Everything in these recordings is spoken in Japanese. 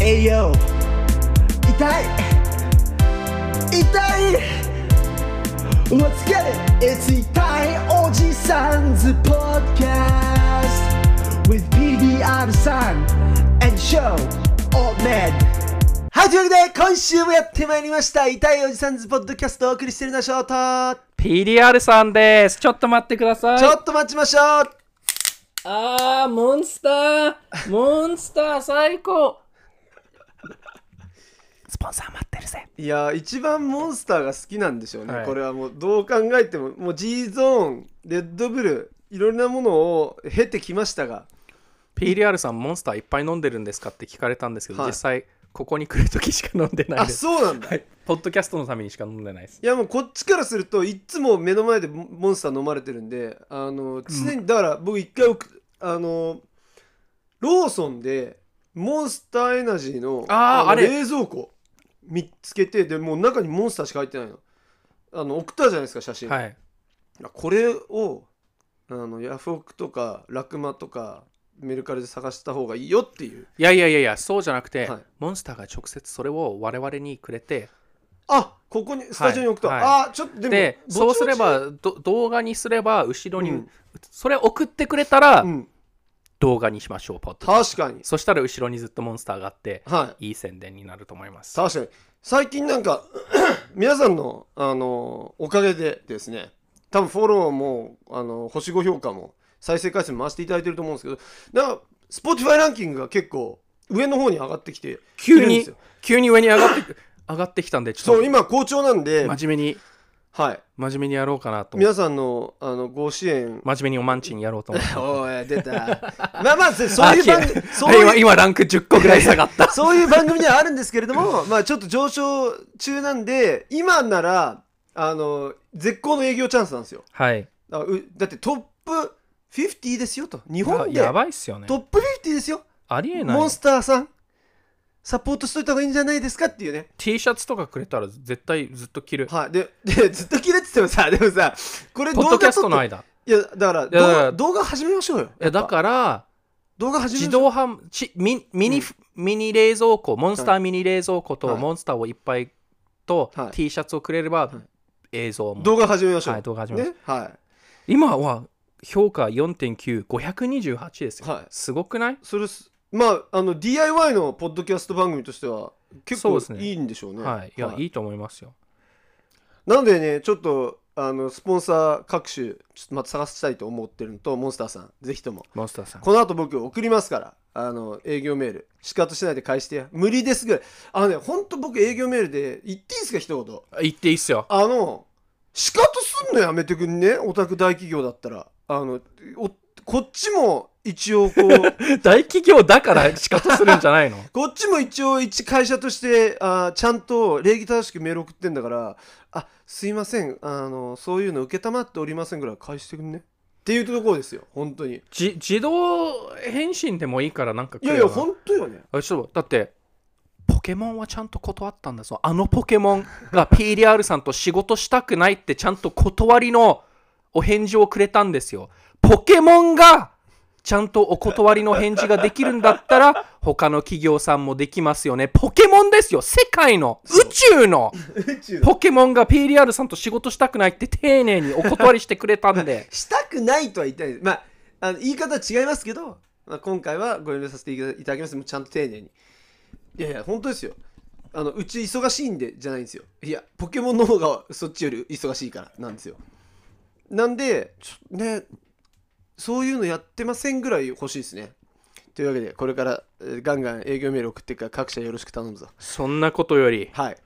栄養痛い痛いLet's get it! It's 痛いおじさんズ Podcast with BBR さん and show all men はい、というわけで今週もやってまいりました痛いおじさんズポッドキャストをお送りしてるのはショート PDR さんです。ちょっと待ってください。ちょっと待ちましょうあー、モンスター、モンスター、最高。スポンサー待ってるぜ。いやー一番モンスターが好きなんでしょうね、はいこれはもうどう考えてももう G ゾーンレッドブルいろんなものを経てきましたが PDR さん、モンスターいっぱい飲んでるんですかって聞かれたんですけど、はい実際、ここに来るときしか飲んでないあです。そうなんだ、、はいい。ポッドキャストのためにしか飲んでないです。やもうこっちからするといっつも目の前でモモンスター飲まれてるんであの常にだから僕一回おくあのローソンでモンスターエナジーのあーのあれ冷蔵庫見つけてでもう中にモンスターしか入ってないのあの送ったじゃないですか写真、はい。あこれをあのヤフオクとかラクマとかメルカリで探した方がいいよっていういやいやいやいや、そうじゃなくて、はいモンスターが直接それを我々にくれて、あここにスタジオに置くと、はいあちょっとでもで、ぼちぼちそうすれば、ど動画にすれば、後ろに、うんそれ送ってくれたら、うん動画にしましょう、ポッドキャスト確かにそしたら後ろにずっとモンスターがあって、はいい宣伝になると思います。確かに最近なんか 皆さんのあのおかげでですね多分フォローもあの星5評価も再生回数も回していただいてると思うんですけどなんか Spotify ランキングが結構上の方に上がってきてい急るんですによ、急に上に上がってく、 上がってきたんで、ちょそっう今好調なんでと、真面目に、はい真面目にやろうかなと。真皆さんのあのご支援面目におまんちにやろうと思って。おい出たまあまあそそういうあ番消え組た そういう今、今ランク10個ぐらい下が った。そういう番組ではあるんですけれども まあちょっと上昇中なんで今ならあの絶好の営業チャンスなんですよはい。だからうだってトップ50ですよと日日本でやトばいっすよね。ップ50ですよありえないモン。スターさんサポートしといた方がいいんじゃないですかっていうね T シャツとかくれたら絶対ずっと着る。はいででずっと切れててもさ でもさこれポッ動ドキ画ャス撮トのって間。いやだからやだから動画動画始めましょうよいや、だから、動画始め自ましょう動販、ちミミニ、ミニ冷蔵庫、モンスターミニ冷蔵庫はと、いモンスターをいっぱいとはい、 T シャツをくれればい、映像も。動画始めましょうはい、動画始めます。ねはい今は評価4.9528ですよ、はいすごくない、それすまああの DIY のポッドキャスト番組としては結そう構ですねいいんでしょうねはい、いや、い、いと思いますよ。なのでねちょっとあのスポンサー各種ちょっとまた探したいと思ってるのとモンスターさんぜひともモンスターさん。この後僕送りますからあの営業メール仕方しないで返してや無理ですぐらいあのねほんと僕営業メールで言っていいですか一言言っていいっすよ。あの仕方すんのやめてくんねオタク大企業だったらあのおこっちも一応こう大企業だから仕方するんじゃないのこっちも一応一会社としてあーちゃんと礼儀正しくメール送ってんだからあすいませんあのそういうの受けたまっておりませんぐらい返してくんねっていうところですよ本当にじ自動返信でもいいからなんかいやいやん本当よねちょっとだってポケモンはちゃんと断ったんだぞあのポケモンが PDR さんと仕事したくないってちゃんと断りのお返事をくれたんですよポケモンがちゃんとお断りの返事ができるんだったら他の企業さんもできますよねポケモンですよ世界の宇宙の宇宙ポケモンが PDR さんと仕事したくないって丁寧にお断りしてくれたんでしたくないとは言ってないですまああの言い方は違いますけど、まあ、今回はご遠慮させていただきますもうちゃんと丁寧にいやいや本当ですよあのうち忙しいんでじゃないんですよいやポケモンの方がそっちより忙しいからなんですよなんでちょねそういうのやってませんぐらい欲しいですねというわけでこれからえーガンガン営業メール送ってっから各社よろしく頼むぞそんなことよりはい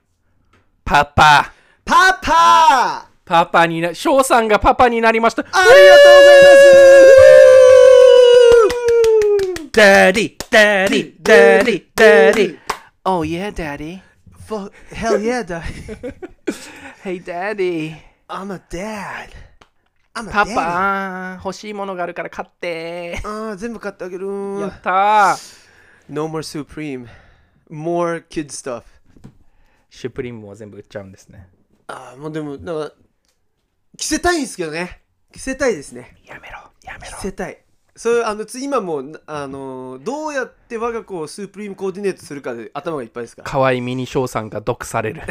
パパパパパパにな翔さんがパパになりましたーありがとうございますダディ、ダディ、ダディ、ダディ。Oh yeah, daddy. For, hell yeah, daddy. Hey, daddy. I'm a dad. I'm a パ dad. パ、欲しいものがあるから買って。ああ、全部買ってあげる。やったー。 No more Supreme. More kid stuff. シュプリームは全部売っちゃうんですね。ああ、もうでも、なんか、着せたいんですけどね。着せたいですね。やめろ、やめ着ろ。せたい。それあのつ今もうあのどうやって我が子をスープリームコーディネートするかで頭がいっぱいですから河合ミニ翔さんが毒さ れる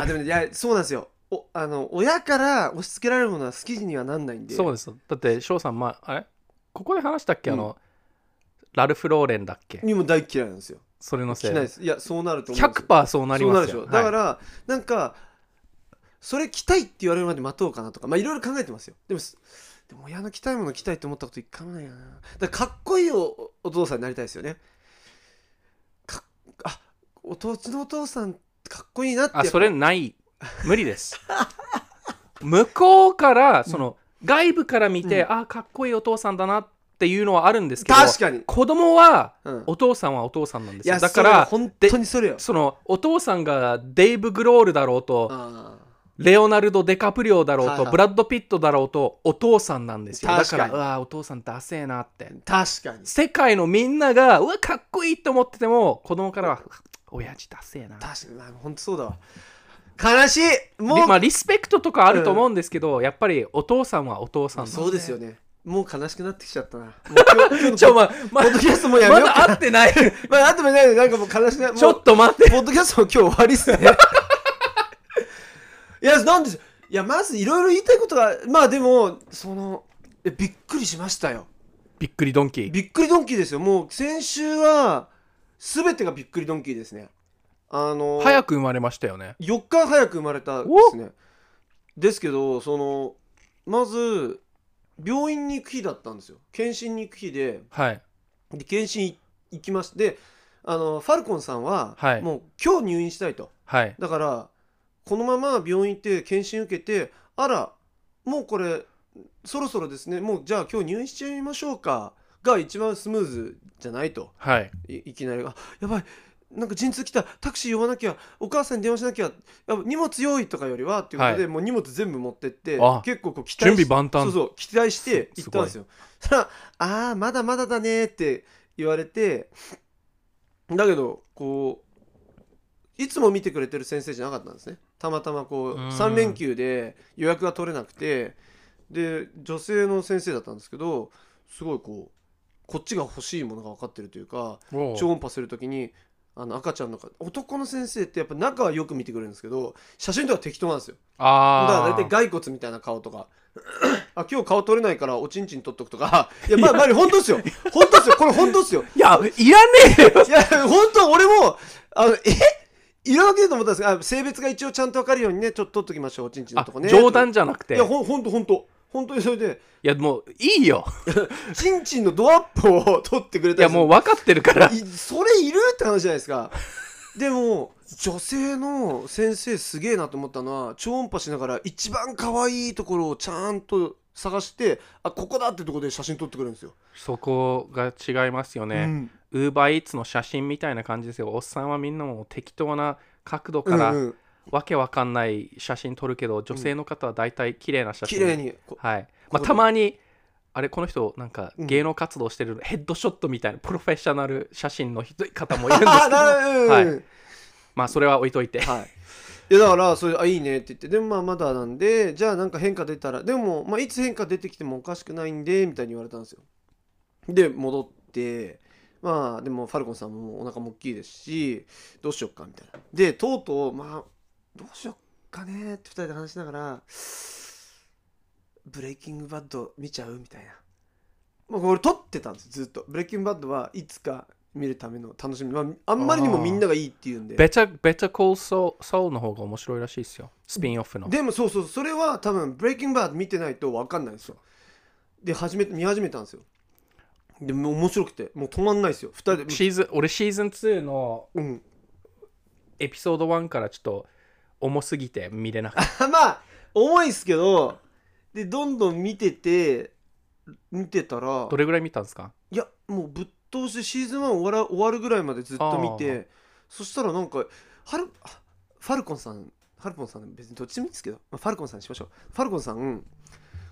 あでもねいやそうなんですよおあの親から押し付けられるものは好きにはなんないんでそうですだって翔さん、まあ、あれここで話したっけ、あのラルフ・ローレンだっけにも大嫌いなんですよそれのしせいないですいやそうなると思うんですよ100%そうなりそうなまるすでしよょだかはいら、なんかそれ着たいって言われるまで待とうかなとかまあいろいろ考えてますよでもすでも親の着たいもの着たいと思ったこと一回もないよなだからかっこいいおお父さんになりたいですよねかっあお父うちのお父さんかっこいいなってやっあぱそれない無理です 向こうからその、外部から見て、うあかっこいいお父さんだなっていうのはあるんですけど確かに、子供はうん、お父さんはお父さんなんでいすよやだかそれはら本で当にそれよそのお父さんがデイブ・グロールだろうと、あレオナルド・デカプリオだろうと、はいはいブラッド・ピットだろうとお父さんなんですよだ確かからにうわお父さんダセえなってー確かに世界のみんながうわかっこいいと思ってても子供からは親父ダセえな確かにまあ本当そうだわ悲しいもうでまあ、リスペクトとかあると思うんですけど、やっぱりお父さんはお父さんなんそうですよねもう悲しくなってきちゃったなもう 今日今日ちのょ、まあ、まポッドキャストもやめまようかなだ会ってない。まあ、あともね、なんかもう悲しいな。もうちょっと待って。ポッドキャストも今日終わりっすね。いや、なんでしょういや、まずいろいろ言いたいことが、まあでも、その、えびっくりしましたよ。びっくりドンキー。びっくりドンキーですよ。もう、先週は、すべてがびっくりドンキーですね。あの、早く。く生まれましたよね。 4日早く生まれたですね。ですけど、その、まず、病院に行く日だったんですよ。検診に行く日で、はい。で検診い行きましてであのファルコンさんは、はいもう今日入院したいとはい。だからこのまま病院行って検診受けてあらもうこれそろそろですねもうじゃあ今日入院しちゃいましょうかが一番スムーズじゃないとはい。いいきなりあやばいなんか陣痛来たタクシー呼ばなきゃお母さんに電話しなきゃやば荷物用意とかよりはっていうことで、はもう荷物全部持ってってあ結構こう期待準し備万そう端。そう期待してす行ったんですよそしたら「ああまだまだだね」って言われてだけどこういつも見てくれてる先生じゃなかったんですねたまたまこううん3連休で予約が取れなくてで女性の先生だったんですけどすごいこうこっちが欲しいものが分かってるというかおう超音波するときにあの赤ちゃんのか男の先生ってやっぱ中はよく見てくれるんですけど写真とか適当なんですよだからあ大体あ。骸骨みたいな顔とか あ今日顔取れないからおちんちん取っとくとか いやまあまあ本当ですよ本当ですよこれ本当ですよいや、いらねえよ。いや本当俺もあのえいらなきゃと思ったんですがあ性別が一応ちゃんと分かるようにねちょっと取っときましょうおちんちんのあとこね冗談じゃなくいて。いやほんほんとほんと本当にそれでや、もういいよ。ちんちんのドアップを 取ってくれいたや、りするもう分かってるから。いそれいるって話じゃないですかでも女性の先生すげえなと思ったのは超音波しながら一番可愛いところをちゃんと探してあここだってところで写真撮ってくれるんですよ、そこが違いますよね。ウーバーイーツの写真みたいな感じですよ。おっさんはみんなもう適当な角度うかんうらんうんわけわかんない写真撮るけど、女性の方は大体綺麗な写真。綺麗にこはい。まあ、ここでたまに、あれ、この人、なんかうん芸能活動してる、ヘッドショットみたいな、プロフェッショナル写真のひどい方もいるんですあけど、 なはいうんうんまあ、それは置いといて。はいいやだからそれあいいねって言ってでもまあまだなんでじゃあなんか変化出たらでも、まあ、いつ変化出てきてもおかしくないんでみたいに言われたんですよで戻ってまあでもファルコンさんもお腹も大きいですしどうしよっかみたいなでとうとうまあどうしよっかねって2人で話しながらブレイキングバッド見ちゃうみたいなまあこれ撮ってたんですずっとブレイキングバッドはいつか見るための楽しみ、まあ、あんまりにもみんながいいっていうんでベチャ、ベチャコールソウソウルの方が面白いらしいですよ。スピンオフの。でもそうそうそれは多分「ブレイキングバード」見てないと分かんないんですよで始め見始めたんですよでもう面白くてもう止まんないですよ2人でシーズン、俺シーズン2のうん エピソード1からちょっと重すぎて見れなかっあまあ重いっすけどでどんどん見てて見てたらた。どれぐらい見たんですかいやもうぶっ通してシーズン1終わら終わるぐらいまでずっと見あてそしたらなんかハルあファルコンさんファルコンさん別にどっちでもいいですけど、まあ、ファルコンさんにしましょうファルコンさん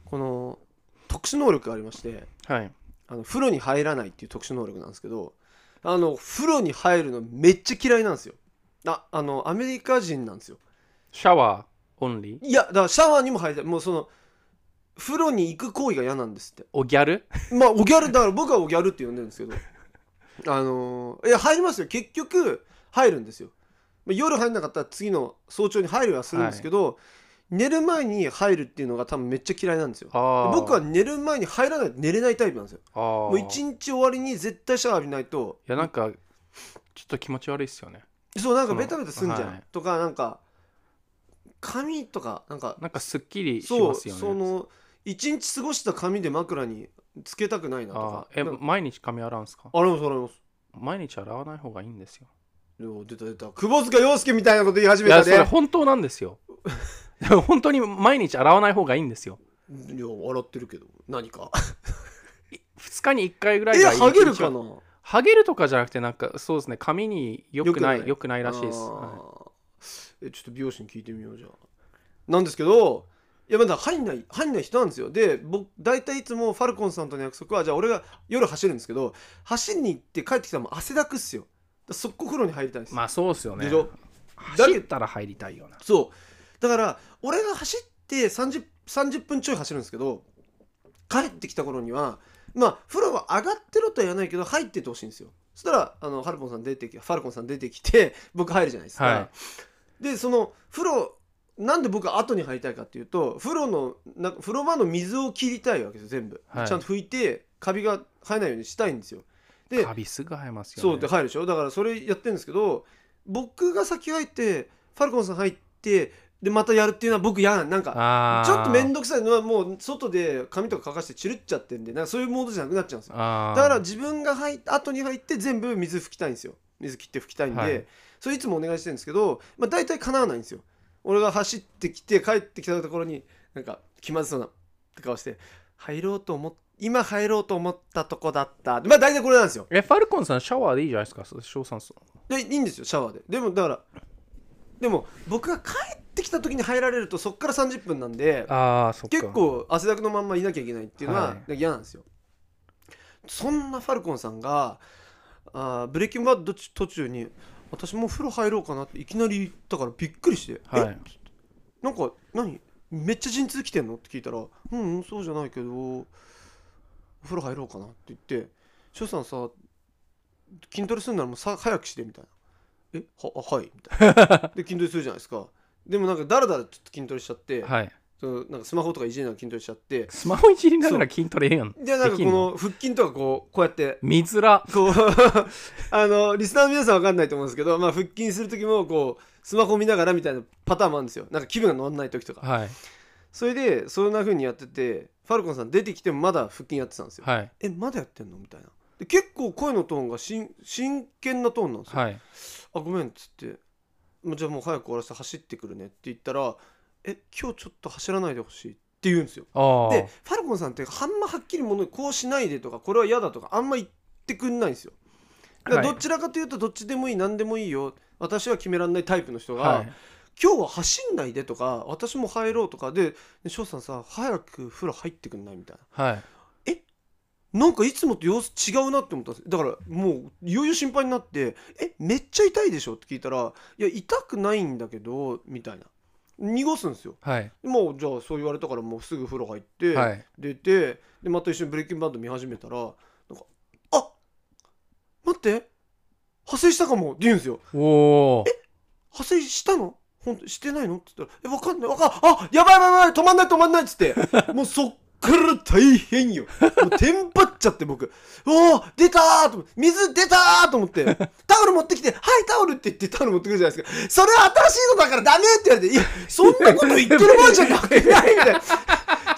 この特殊能力がありましてはい。あの風呂に入らないっていう特殊能力なんですけどあの風呂に入るのめっちゃ嫌いなんですよああのアメリカ人なんですよシャワーオンリーいやだからシャワーにも入りたいもうその風呂に行く行為が嫌なんですっておギャルまあおギャルだから僕はおギャルって呼んでるんですけどあのーいや入りますよ結局入るんですよまあ夜入んなかったら次の早朝に入るはするんですけど、寝る前に入るっていうのが多分めっちゃ嫌いなんですよ僕は寝る前に入らないと寝れないタイプなんですよももう一日終わりに絶対シャワー浴びないといやなんかちょっと気持ち悪いっすよねそうなんそかのベタベタすんじゃん、はいとかなんか髪とかなんかなんかすっきりしそうますよねその一日過ごした髪で枕につけたくないなとあかーえなんか毎日髪洗うんすかあれもそれも毎日洗わない方がいいんですよよ出た出た窪塚洋介みたいなこと言い始いめやたそれね本当なんですよ でも本当に毎日洗わない方がいいんですよいや笑ってるけど何か2日に1回ぐらいえがいいハゲるか一日はなハゲるとかじゃなくてなんかそうですね髪によくないよくないらしいです、あーはえちょっと美容師に聞いてみようじゃあなんですけどいやまだ入んない入んない人なんですよで僕大体いつもファルコンさんとの約束はじゃあ俺が夜走るんですけど走りに行って帰ってきたらもう汗だくっすよだから速攻風呂に入りたいんでいす、まあそうですよねでしょだ走けったら入りたいよなそうだから俺が走って30 30分ちょい走るんですけど帰ってきた頃にはまあ風呂は上がってろとは言わないけど入っててほしいんですよそしたらあのファルコンさん出てきファルコンさん出てきて 僕入るじゃないですか、はでその風呂なんで僕は後に入りたいかっていうと風呂のなんか風呂場の水を切りたいわけですよ全部、はいちゃんと拭いてカビが生えないようにしたいんですよでカビすぐ生えますよねそうで入るでしょだからそれやってるんですけど僕が先入ってファルコンさん入ってでまたやるっていうのは僕嫌なんなんかあちょっと面倒倒くさいのはもう外で髪とか乾かして散るっちゃってんでなんかそういうモードじゃなくなっちゃうんですよだから自分が入っ後に入って全部水拭きたいんですよ水切って拭きたいんで、はいそれいつもお願いしてるんですけど、まあ、大体叶わないんですよ俺が走ってきて帰ってきたところになんか気まずそうなって顔して入ろうと思っ今入ろうと思ったとこだったまあ大体これなんですよえファルコンさんシャワーでいいじゃないですか翔さんそでいいんですよシャワーででもだからでも僕が帰ってきた時に入られるとそっから30分なんでああそっか結構汗だくのまんまいなきゃいけないっていうのははい嫌なんですよ、そんなファルコンさんがあーブレイキングバッド途中に私もう風呂入ろうかなっていきなり言ったからびっくりして「はいえなんか何めっちゃ陣痛きてんの?」って聞いたら「うんうんそうじゃないけどお風呂入ろうかな」って言って「翔さんさ筋トレするならもうさ早くして」みたいな「えはあはい」みたいな で筋トレするじゃないですかでもなんかだらだらちょっと筋トレしちゃって、はいそのなんかスマホとかいじりながら筋トレしちゃってスマホいじりながら筋トレええやんでなでんかこきんのの腹筋とかこうこうやって見づらこ うあのリスナーの皆さんわかんないと思うんですけど、まあ、腹筋する時もこうスマホ見ながらみたいなパターンもあるんですよなんか気分が乗らない時とかはいそれでそんな風にやっててファルコンさん出てきてもまだ腹筋やってたんですよ、はいえまだやってんのみたいなで結構声のトーンがしん真剣なトーンなんですよ、はいあごめんっつってもうじゃあもう早く終わらせて走ってくるねって言ったらえ今日ちょっと走らないでほしいって言うんですよああでファルコンさんってあんまはっきりものこうしないでとかこれは嫌だとかあんま言ってくんないんですよだからはいどちらかというとどっちでもいい何でもいいよ私は決められないタイプの人が、はい今日は走んないでとか私も入ろうとかでで翔さんさ早く風呂入ってくんないみたいはいななんかいつもと様子違うなって思ったんですだからもういよいよ心配になって「えめっちゃ痛いでしょ?」って聞いたら「いや痛くないんだけど」みたいな濁すんですよはいもうじゃあそう言われたからもうすぐ風呂入って、はい出てでまた一緒にブレイキングバッド見始めたらなんか「あ待って派生したかも」って言うんですよおお「派生したの本当してないの?」って言ったら「えわかんないわかんあやばいやばいやばい止まんない止まんない」っつって もうそっから大変よもうテンパっちゃって僕「おお出たー!」と思って水出たー!」と思って「タオル持ってきてはいタオル」って言ってタオル持ってくるじゃないですか「それは新しいのだからダメ!」って言われて「いやそんなこと言ってる場合じゃなくない」みたいな。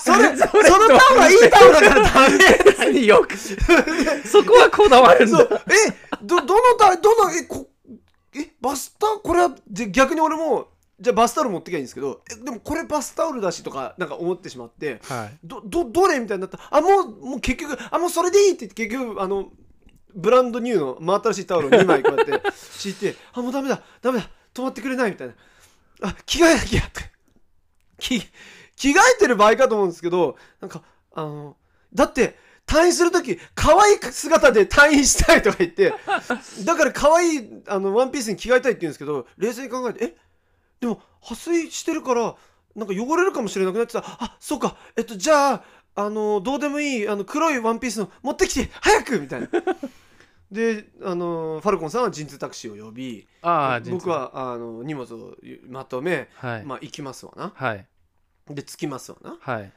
それそのタオルはいいタオルだからダメ何 よくそこはこだわるんそだうえどどのたどのえこえバスタこれはじゃ逆に俺もじゃあバスタオル持ってきゃいいんですけどえでもこれバスタオルだしとかなんか思ってしまってはいどどどれみたいになったあもうもう結局あもうそれでいいって言って結局あのブランドニューの真新しいタオルを2枚こうやって敷いてあもうダメだダメだ止まってくれないみたいなあ着替えなきゃとか着着替えてる場合かと思うんですけどなんかあのだって退院する時可愛い姿で退院したいとか言ってだから可愛いあのワンピースに着替えたいって言うんですけど冷静に考えてえでも破水してるからなんか汚れるかもしれなくなってたあそうかえっとじゃああのどうでもいいあの黒いワンピースの持ってき て早くみたいなであのファルコンさんは陣痛タクシーを呼びああ、人生僕。はあの荷物をまとめ、はい。まあ行きますわなはい。で着きますわなはい。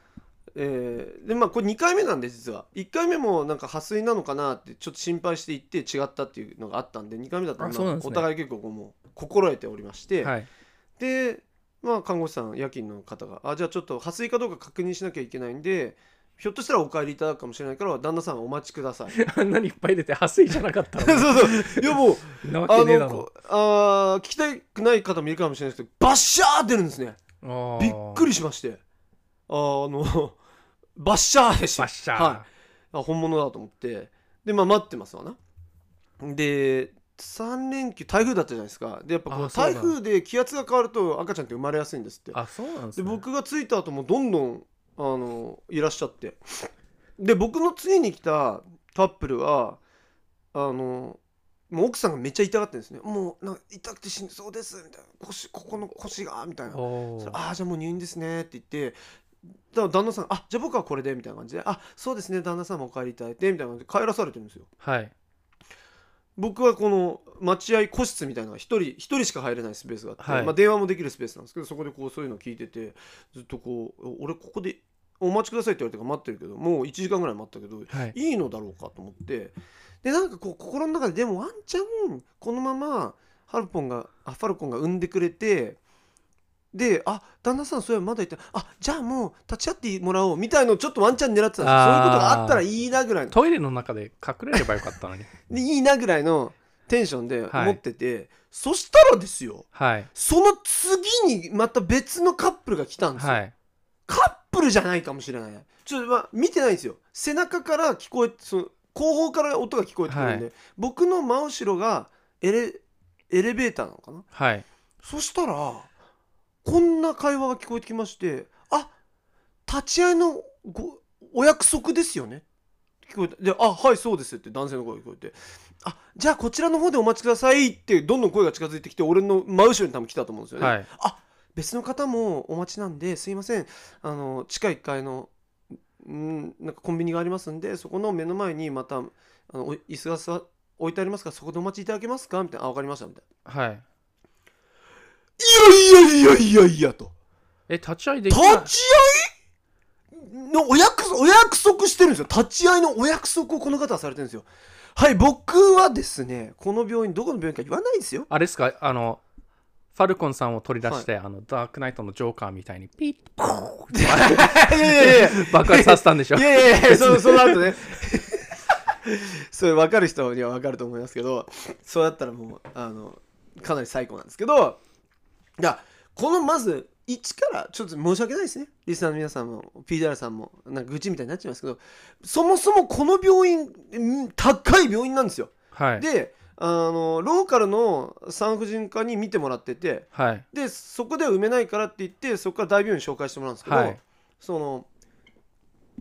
えーでまあこれ2回目なんで実は1回目もなんか破水なのかなってちょっと心配して行って違ったっていうのがあったんで2回目だったらあまあそうなんですねお互い結構こうもう心得ておりまして、はい。 でまあ看護師さん夜勤の方が「あじゃあちょっと破水かどうか確認しなきゃいけないんでひょっとしたらお帰りいただくかもしれないから旦那さんお待ちくだ さい」あんなにいっぱい出て、はすいじゃなかったそうそういやもうの。 なわあけねえだのろこ。あー聞きたくない方もいるかもしれないですけどバッシャー出るんですねびっくり。りしましてあーあの バッシャーでしたバッシャー。はいあ本物だと思ってでまあ待ってますわなで3連休台風だったじゃないですかでやっぱこあうそう台だ風で気圧が変わると赤ちゃんって生まれやすいんですってあ、そうなんですでね。僕が着いた後もどんどんあのいらっしゃってで僕の次に来たカップルはあのもう奥さんがめっちゃ痛がってるんですねもうなんか痛くて死にそうですみたいな腰ここの腰がみたいなおそれーああじゃあもう入院ですねって言ってだから旦那さんあじゃあ僕はこれでみたいな感じであそうですね旦那さんもお帰りいただいてみたいな感じで帰らされてるんですよはい。僕はこの待合個室みたいなのが1人一人しか入れないスペースがあって、はいまあ、電話もできるスペースなんですけどそこでこうそういうのを聞いててずっとこうお俺ここでお待ちくださいって言われてから待ってるけどもう1時間ぐらい待ったけどはい。いいのだろうかと思ってでなんかこう心の中ででもワンチャンこのままハルポンがあファルコンが産んでくれてであ旦那さんそういえばまだいたあじゃあもう立ち会ってもらおうみたいのをちょっとワンチャン狙ってたんですよそういうことがあったらいいなぐらいのトイレの中で隠れればよかったのに。でいいなぐらいのテンションではい思ってて、そしたらですよはい。その次にまた別のカップルが来たんですよ、はい。カップルじゃないかもしれないちょっと、まあ、見てないんですよ背中から聞こえてその後方から音が聞こえてくるんで、僕の真後ろがエレエレベーターなのかなはい。そしたらこんな会話が聞こえてきまして「あ立ち会いのごお約束ですよね」聞こえたで「あはいそうです」って男性の声が聞こえて「あじゃあこちらの方でお待ちください」ってどんどん声が近づいてきて俺の真後ろに多分来たと思うんですよね、はい。別の方もお待ちなんですいませんあの地下1階のんなんかコンビニがありますんでそこの目の前にまたあのお椅子が座置いてありますからそこでお待ちいただけますかみたいな「あ分かりました」みたいはい。な「いやいやいやいやいや」とえ、立ち会い「でき立ないち会い?」のお約束お約束してるんですよ立ち会いのお約束をこの方はされてるんですよはい僕はですねこの病院どこの病院か言わないですよあれですかあの、ファルコンさんを取り出して、あの、ダークナイトのジョーカーみたいにピッコーン いやいやいや 爆発させたんでしょいやいやいや、そその後ね。 それ分かる人には分かると思いますけど、そうだったらもう、あの、かなり最高なんですけど、いや、このまず、一から、ちょっと申し訳ないですね。リスナーの皆さんも、PDR さんも、なんか愚痴みたいになっちゃいますけど、そもそもこの病院、ん高い病院なんですよ。はい。で、あの、ローカルの産婦人科に見てもらってて、はい。でそこでは埋めないからって言ってそこから大病院紹介してもらうんですけど、はいその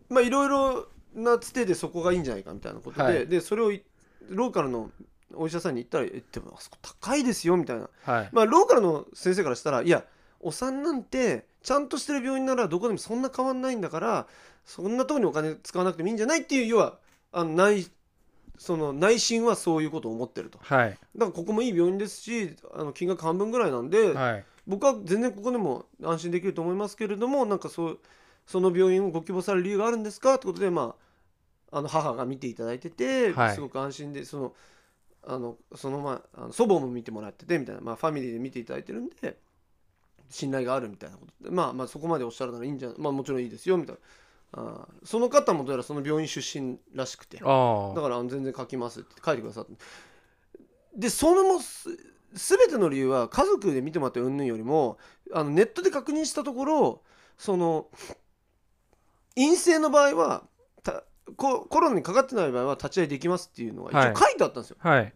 まあいろいろなつてでそこがいいんじゃないかみたいなことで、はいでそれをいローカルのお医者さんに行ったらえ「でもあそこ高いですよ」みたいな、はい。まあ、ローカルの先生からしたら「いやお産なんてちゃんとしてる病院ならどこでもそんな変わんないんだからそんなとこにお金使わなくてもいいんじゃない?」っていう要はあの内その内心はそういうことを思ってるとだかはい。らここもいい病院ですしあの金額半分ぐらいなんで、はい。僕は全然ここでも安心できると思いますけれどもなんかそうその病院をご希望される理由があるんですかってことで、まあ、あの母が見ていただいてて、はいすごく安心でそのあのその、まあ、あの祖母も見てもらっててみたいな、まあ、ファミリーで見ていただいてるんで信頼があるみたいなことで、まあ、まあそこまでおっしゃるならいいんじゃまあもちろんいいですよみたいなあーその方もどうやらその病院出身らしくてあだからあの全然書きますって書いてくださってでそのもす全ての理由は家族で見てもらってうんぬんよりもあのネットで確認したところその陰性の場合はたココロナにかかってない場合は立ち会いできますっていうのがはい一応書いてあったんですよ、あ。はい。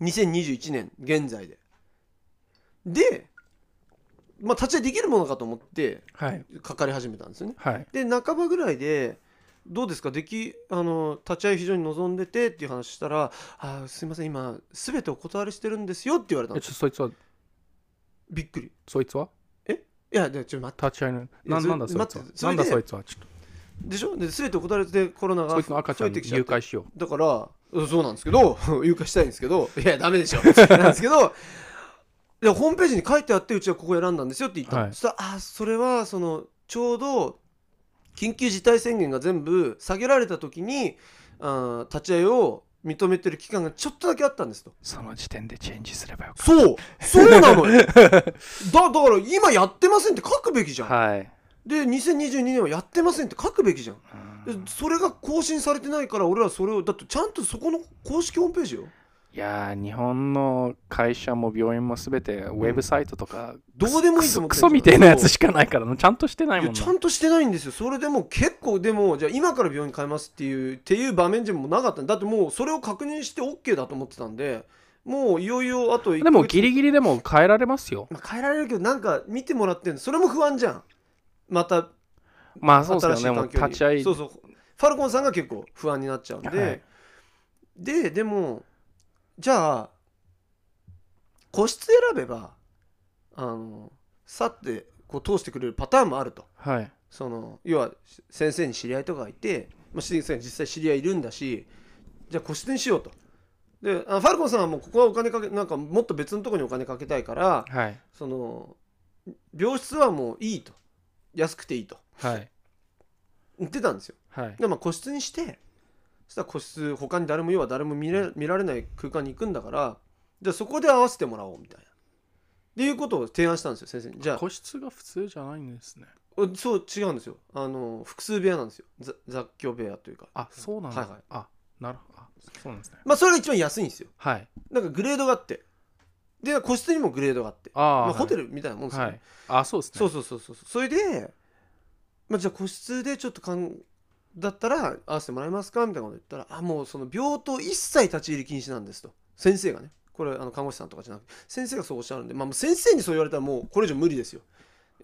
2021年現在でで、まあ、立ち会いできるものかと思ってはい。かかり始めたんですよねはい。で半ばぐらいで「どうですかできあの立ち会い非常に望んでて」っていう話したら「あーすいません今全てお断りしてるんですよ」って言われたんえ、ですちょ、そいつは、びっくりそいつはえいや、でちょっと待って。立ち会いのいやなそなんだそいつ待っはてそなれんでだそいつはちょっでしょで、全てお断りでコロナとがそいつの赤ちゃん増え誘てきちゃって拐しようだからうんそうなんですけど 誘拐したいんですけどいやダメでしょなんですけどでホームページに書いてあってうちはここ選んだんですよって言ったの、はいそしたらあそれはそのちょうど緊急事態宣言が全部下げられた時にあー立ち会いを認めてる期間がちょっとだけあったんですとその時点でチェンジすればよかっそうそうなのよだだから今やってませんって書くべきじたゃん、はいで2022年はやってませんって書くべきじゃんうんでそれが更新されてないから俺らそれをだってちゃんとそこの公式ホームページよいやー日本の会社も病院もすべてウェブサイトとか、どうでもいいクソと思ってクんソみたいなやつそうしかないからなちゃんとしてないいもやんちなゃんとしてないんですよそれでも結構でもじゃあ今から病院変えますっていうっていう場面でもなかっただってもうそれを確認して OK だと思ってたんでもういよいよあと1でもギリギリでも変えられますよまあ変えられるけどなんか見てもらってんのそれも不安じゃんまたまあそうで新しすいよねもう環境に立ち会いそうそうファルコンさんが結構不安になっちゃうんで、はいででもじゃあ個室選べばあのさってこう通してくれるパターンもあるとはいその要は先生に知り合いとかがいて、まあ、先生に実際知り合いいるんだしじゃあ個室にしようとであファルコンさんはもうここはお金かけなんかもっと別のところにお金かけたいからはいその病室はもういいと安くていいとはい言ってたんですよはいでまあ個室にしてそしたら個室他に誰も要は誰も見れ見られない空間に行くんだからじゃあそこで合わせてもらおうみたいなっていうことを提案したんですよ先生にじゃあ個室が普通じゃないんですねおそう違うんですよあの複数部屋なんですよざ雑居部屋というかあそうなんだ、はいはいあなるほどあそうなんですねまあそれが一番安いんですよはいなんかグレードがあってで個室にもグレードがあってあ、まーあ、ホテルルみたいなもんですよ、はねいあそうですねそうそうそうそうそれで、まあ、じゃあ個室でちょっとかんだったら合わせてもらえますかみたいなこと言ったらあもうその病棟一切立ち入り禁止なんですと先生がねこれあの看護師さんとかじゃなくて先生がそうおっしゃるんで、まあ、もう先生にそう言われたらもうこれ以上無理ですよ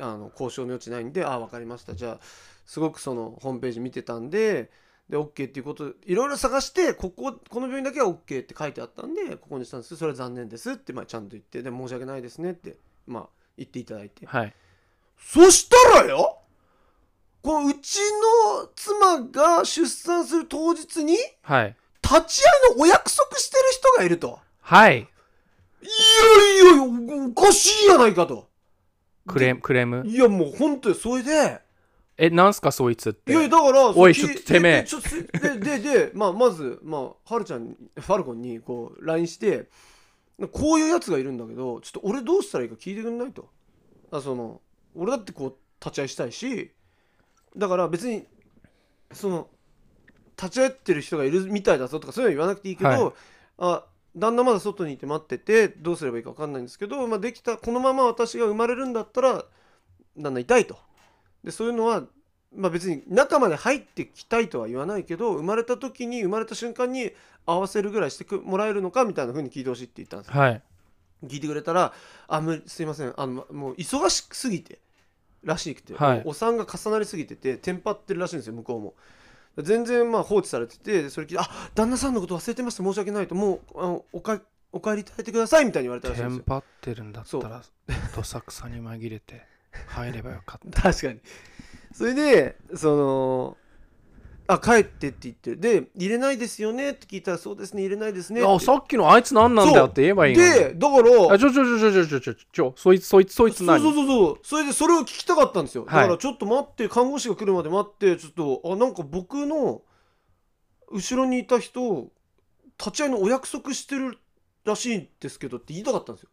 あの交渉の余地ないんでああ分かりましたじゃあすごくそのホームページ見てたんでで OK っていうこといろいろ探してこここの病院だけは OK って書いてあったんでここにしたんですけどそれは残念ですって、まあ、ちゃんと言ってで申し訳ないですねって、まあ、言っていただいてはいそしたらよこのうちの妻が出産する当日にはい立ち会いのお約束してる人がいると。はいいやいやいや、おかしいやないかと。クレームクレームいやもう本当にそれで、えなんすかそいつっていやいやだから、おいそちょっとてめえでちょっとすで、で、で、まあ、まず、まあ、はるちゃんに、ファルコンに、こう、LINE して、こういうやつがいるんだけど、ちょっと俺どうしたらいいか聞いてくんないと。あその、俺だってこう、立ち会いしたいし、だから別に、その、立ち会ってる人がいるみたいだぞとか、そういうのは言わなくていいけど、はいあ、旦那まだ外にいて待ってて、どうすればいいか分かんないんですけど、まあ、できた、このまま私が生まれるんだったら、旦那痛いと。で、そういうのは、まあ、別に中まで入ってきたいとは言わないけど生まれた時に生まれた瞬間に合わせるぐらいしてくもらえるのかみたいな風に聞いてほしいって言ったんですよはい聞いてくれたら「あむすいませんあのもう忙しすぎて」らしくて、はいお産が重なりすぎててテンパってるらしいんですよ向こうも全然まあ放置されててそれ聞いて「あ旦那さんのこと忘れてました申し訳ない」と「もうあのおかお帰りいただいてください」みたいに言われたらしいテんですンよパってるんだったそうらどさくさに紛れて入ればよかった 確かにそれでその「あ帰って」って言ってで「入れないですよね」って聞いたら「そうですね入れないですね」あさっきのあいつ何なんだよって言えばいいのにでだからあちょちょちょちょちょちょちょそいつそいつそいつそう何そうそうそうそれでそれを聞きたかったんですよ、はいだからちょっと待って看護師が来るまで待ってちょっとあなんか僕の後ろにいた人立ち会いのお約束してるらしいんですけどって言いたかったんですよ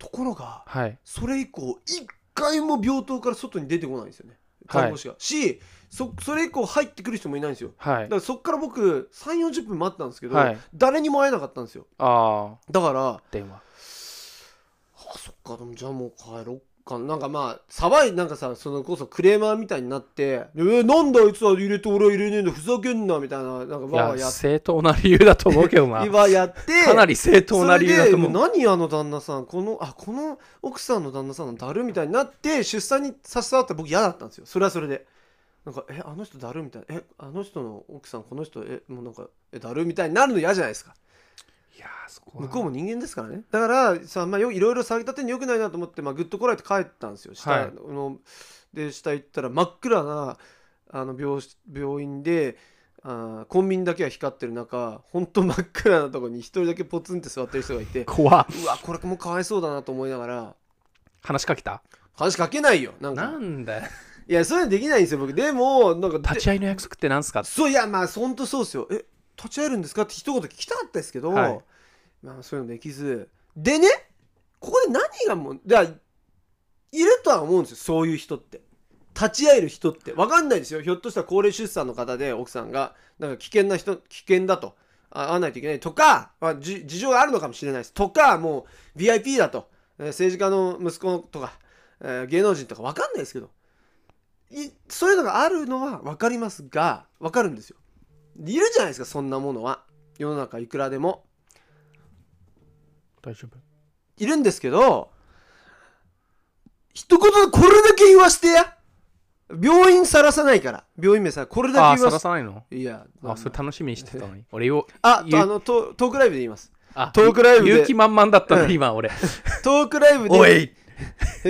ところがはいそれ以降一回も病棟から外に出てこないんですよね看護師が、しそそれ以降入ってくる人もいないんですよはだいからそっから僕3 4 0分待ったんですけど、はい誰にも会えなかったんですよああだから電話あそっかでもじゃあもう帰ろっかなんかまあ騒いなんかさそのこそクレーマーみたいになって「えーなんだあいつは入れて俺は入れねえんだふざけんな」みたいななんかいわやーやって正当な理由だと思うけど な今やってかなり正当な理由だと思うそれで何あの旦那さんこのあこの奥さんの旦那さんのだるみたいになって出産に差し障った僕嫌だったんですよそれはそれでなんかえあの人だるみたいなえあの人の奥さんこの人えもうなんかえだるみたいになるの嫌じゃないですかいやーそこは向こうも人間ですからねだからさ、まあ、よいろいろ詐欺立てによくないなと思って、まあ、ぐっとこらえて帰ったんですよ下、はいあので下行ったら真っ暗なあの病室病院であーコンビニだけは光ってる中ほんと真っ暗なとこに一人だけポツンって座ってる人がいて怖っうわこれもかわいそうだなと思いながら話しかけた話しかけないよなんかんだよいやそういうのできないんですよ僕でもなんかで立ち会いの約束ってなんすかそういやまあほんとそうですよえ立ち会えるんですかって一言聞きたかったですけど、はいまあそういうのできずでねここで何がもうだからいるとは思うんですよそういう人って立ち会える人って分かんないですよひょっとしたら高齢出産の方で奥さんがなんか危険な人危険だとあ会わないといけないとか、まあ、じ事情があるのかもしれないですとかもう VIP だと、えー政治家の息子とか、えー芸能人とか分かんないですけどいそういうのがあるのは分かりますが分かるんですよいるじゃないですかそんなものは世の中いくらでも大丈夫いるんですけど一言でこれだけ言わしてや病院さらさないから病院名さこれあだあけ言さわらすさないのいやまああそれ楽しみにしてたのに俺をあ言うとあのトトークライブで言いますあトークライブで勇気満々だったうのん今俺トークライブ おでい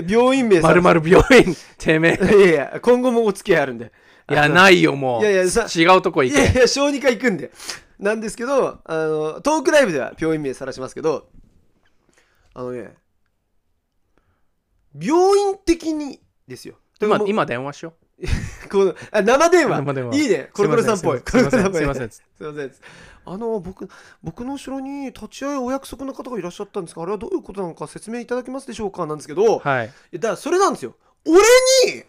病院名さまるまる病院 てめえいやいや今後もお付き合いあるんでいやないよもういやいやさ違うとこ行いやいけや小児科行くんでなんですけどあのトークライブでは病院名晒しますけどあのね病院的にですよで今もう今電話しよこのあ生電話生電話いいねコロコロさんっぽいすいませんコロコロさんっぽすいませんすいませんあの僕僕の後ろに立ち会いお約束の方がいらっしゃったんですがあれはどういうことなのか説明いただけますでしょうかなんですけど、うはいいやだからそれなんですよ俺に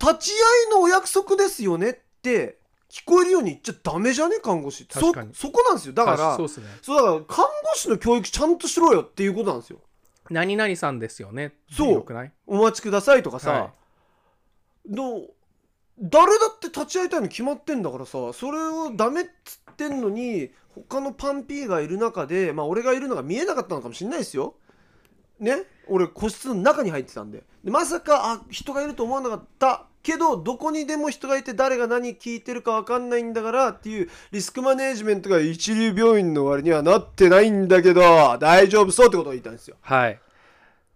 立ち会いのお約束ですよねって聞こえるように言っちゃダメじゃね看護師確かにそそこなんですよだからあそうそうっすねだから看護師の教育ちゃんとしろよっていうことなんですよ何々さんですよねそうよくないお待ちくださいとかさ、はの誰だって立ち会いたいの決まってんだからさそれをダメっつってんのに他のパンピーがいる中でまあ俺がいるのが見えなかったのかもしれないですよね俺個室の中に入ってたんででまさかあ人がいると思わなかったけどどこにでも人がいて誰が何聞いてるか分かんないんだからっていうリスクマネージメントが一流病院の割にはなってないんだけど大丈夫そうってことを言いたいんですよはい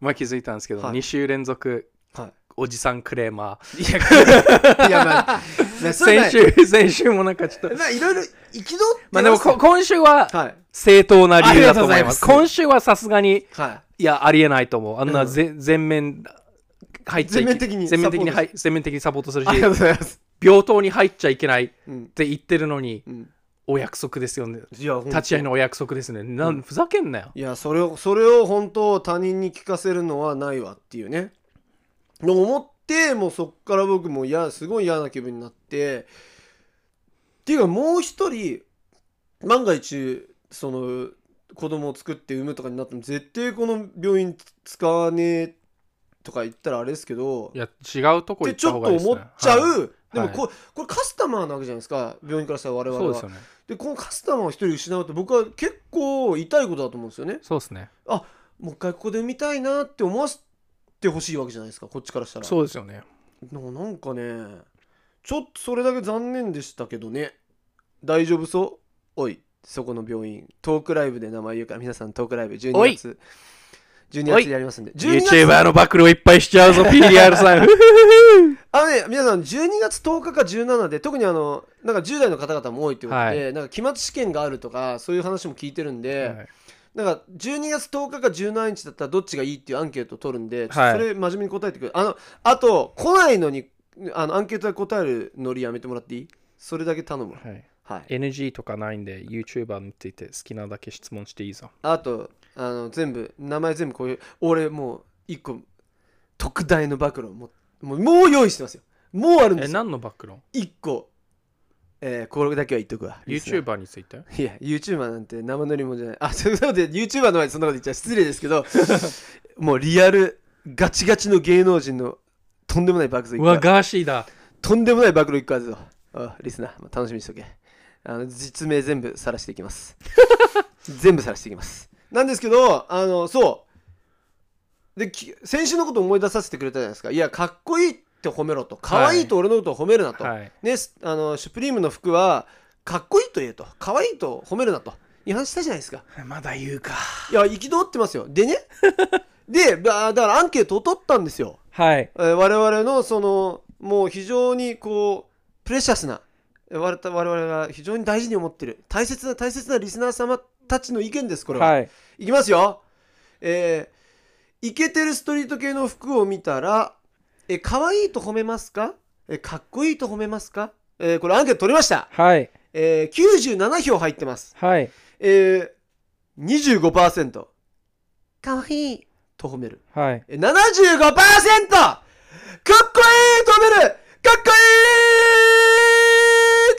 まあ気づいたんですけどはい2週連続はおじさんクレーマいやいやまあねーそれね先週先週もなんか ちょっとまあいろいろ憤ってまあでもこ今週ははい正当な理由だと思いますありがとうございます今週はさすがにはいやありえないと思うあんなぜ全面入っちゃいけ全面的に全面的にサポートはい全面的にサポートするいありしがとうございます病棟に入っちゃいけないっうんて言ってるのにうんお約束ですよねいや立ち会いののお約束ですねなうんんふざけんなよいやそれをそれを本当他人に聞かせるのはないわっていうねで思ってもうそっから僕もいやすごい嫌な気分になってっていうかもう一人万が一その子供を作って産むとかになっても絶対この病院使わねえとか言ったらあれですけどいや違うとこっ行ってちた方ょっがいといですね思っちゃう、はいでもこ,、これカスタマーなわけじゃないですか病院からしたら我々はそうですよねでこのカスタマーを一人失うって僕は結構痛いことだと思うんですよねそうですねもう一回ここで見たいなって思わせてほしいわけじゃないですかこっちからしたらそうですよねななんかねちょっとそれだけ残念でしたけどね大丈夫そうおいそこの病院トークライブで名前言うから皆さんトークライブお12い月12月でやりますんで12月 YouTuber の暴露をいっぱいしち ゃうぞ PDR さんあのね、皆さん、12月10日か17で、特にあの、なんか10代の方々も多いってことで、なんか期末試験があるとか、そういう話も聞いてるんで、はいなんか12月10日か17日だったらどっちがいいっていうアンケートを取るんで、ちょっとはいそれ真面目に答えてくれ。あの、あと、来ないのに、あの、アンケートで答えるノリやめてもらっていいそれだけ頼む。はいはい。 NG とかないんで YouTuber について好きなだけ質問していいぞあと、あの、全部、名前全部こういう、俺もう、一個、特大の暴露をもう、もうもう用意してますよ。もうあるんでえすよ。何の暴露一個。えー、これだけは言っとくわ。リスナー YouTuber についていや、YouTuber なんて生乗り物じゃない。あ、そういうことで YouTuber の前でそんなこと言っちゃ失礼です けど、もうリアルガチガチの芸能人のとんでもない暴露う一わ個ガーシーだとんでもない暴露一個あるぞ。あリスナー、まあ楽しみにしとけ。あの実名全部晒していきます。 全部晒していきます。なんですけど、あの、そう。で、き先週のこと思い出させてくれたじゃないですか。いや、かっこいいって褒めろと。かわいいと俺のことを褒めるなと。はいね、すあのシュプリームの服はかっこいいと言えと可愛いと褒めるなと違反したじゃないですかまだ言うかいや憤ってますよでね でだだからアンケートを取ったんですよ、はいえー我々のそのもう非常にこうプレシャスなえー我々我々が非常に大事に思ってる大切な大切なリスナー様たちの意見ですこれは、はいいきますよ。えー、イケてるストリート系の服を見たら、えー、可愛いと褒めますかえー、かっこいいと褒めますかえー、これアンケート取りました。はいえー、97票入ってます。はいえー、25%。かわいいと褒める。はいえー、75%かっこいいと褒めるかっこ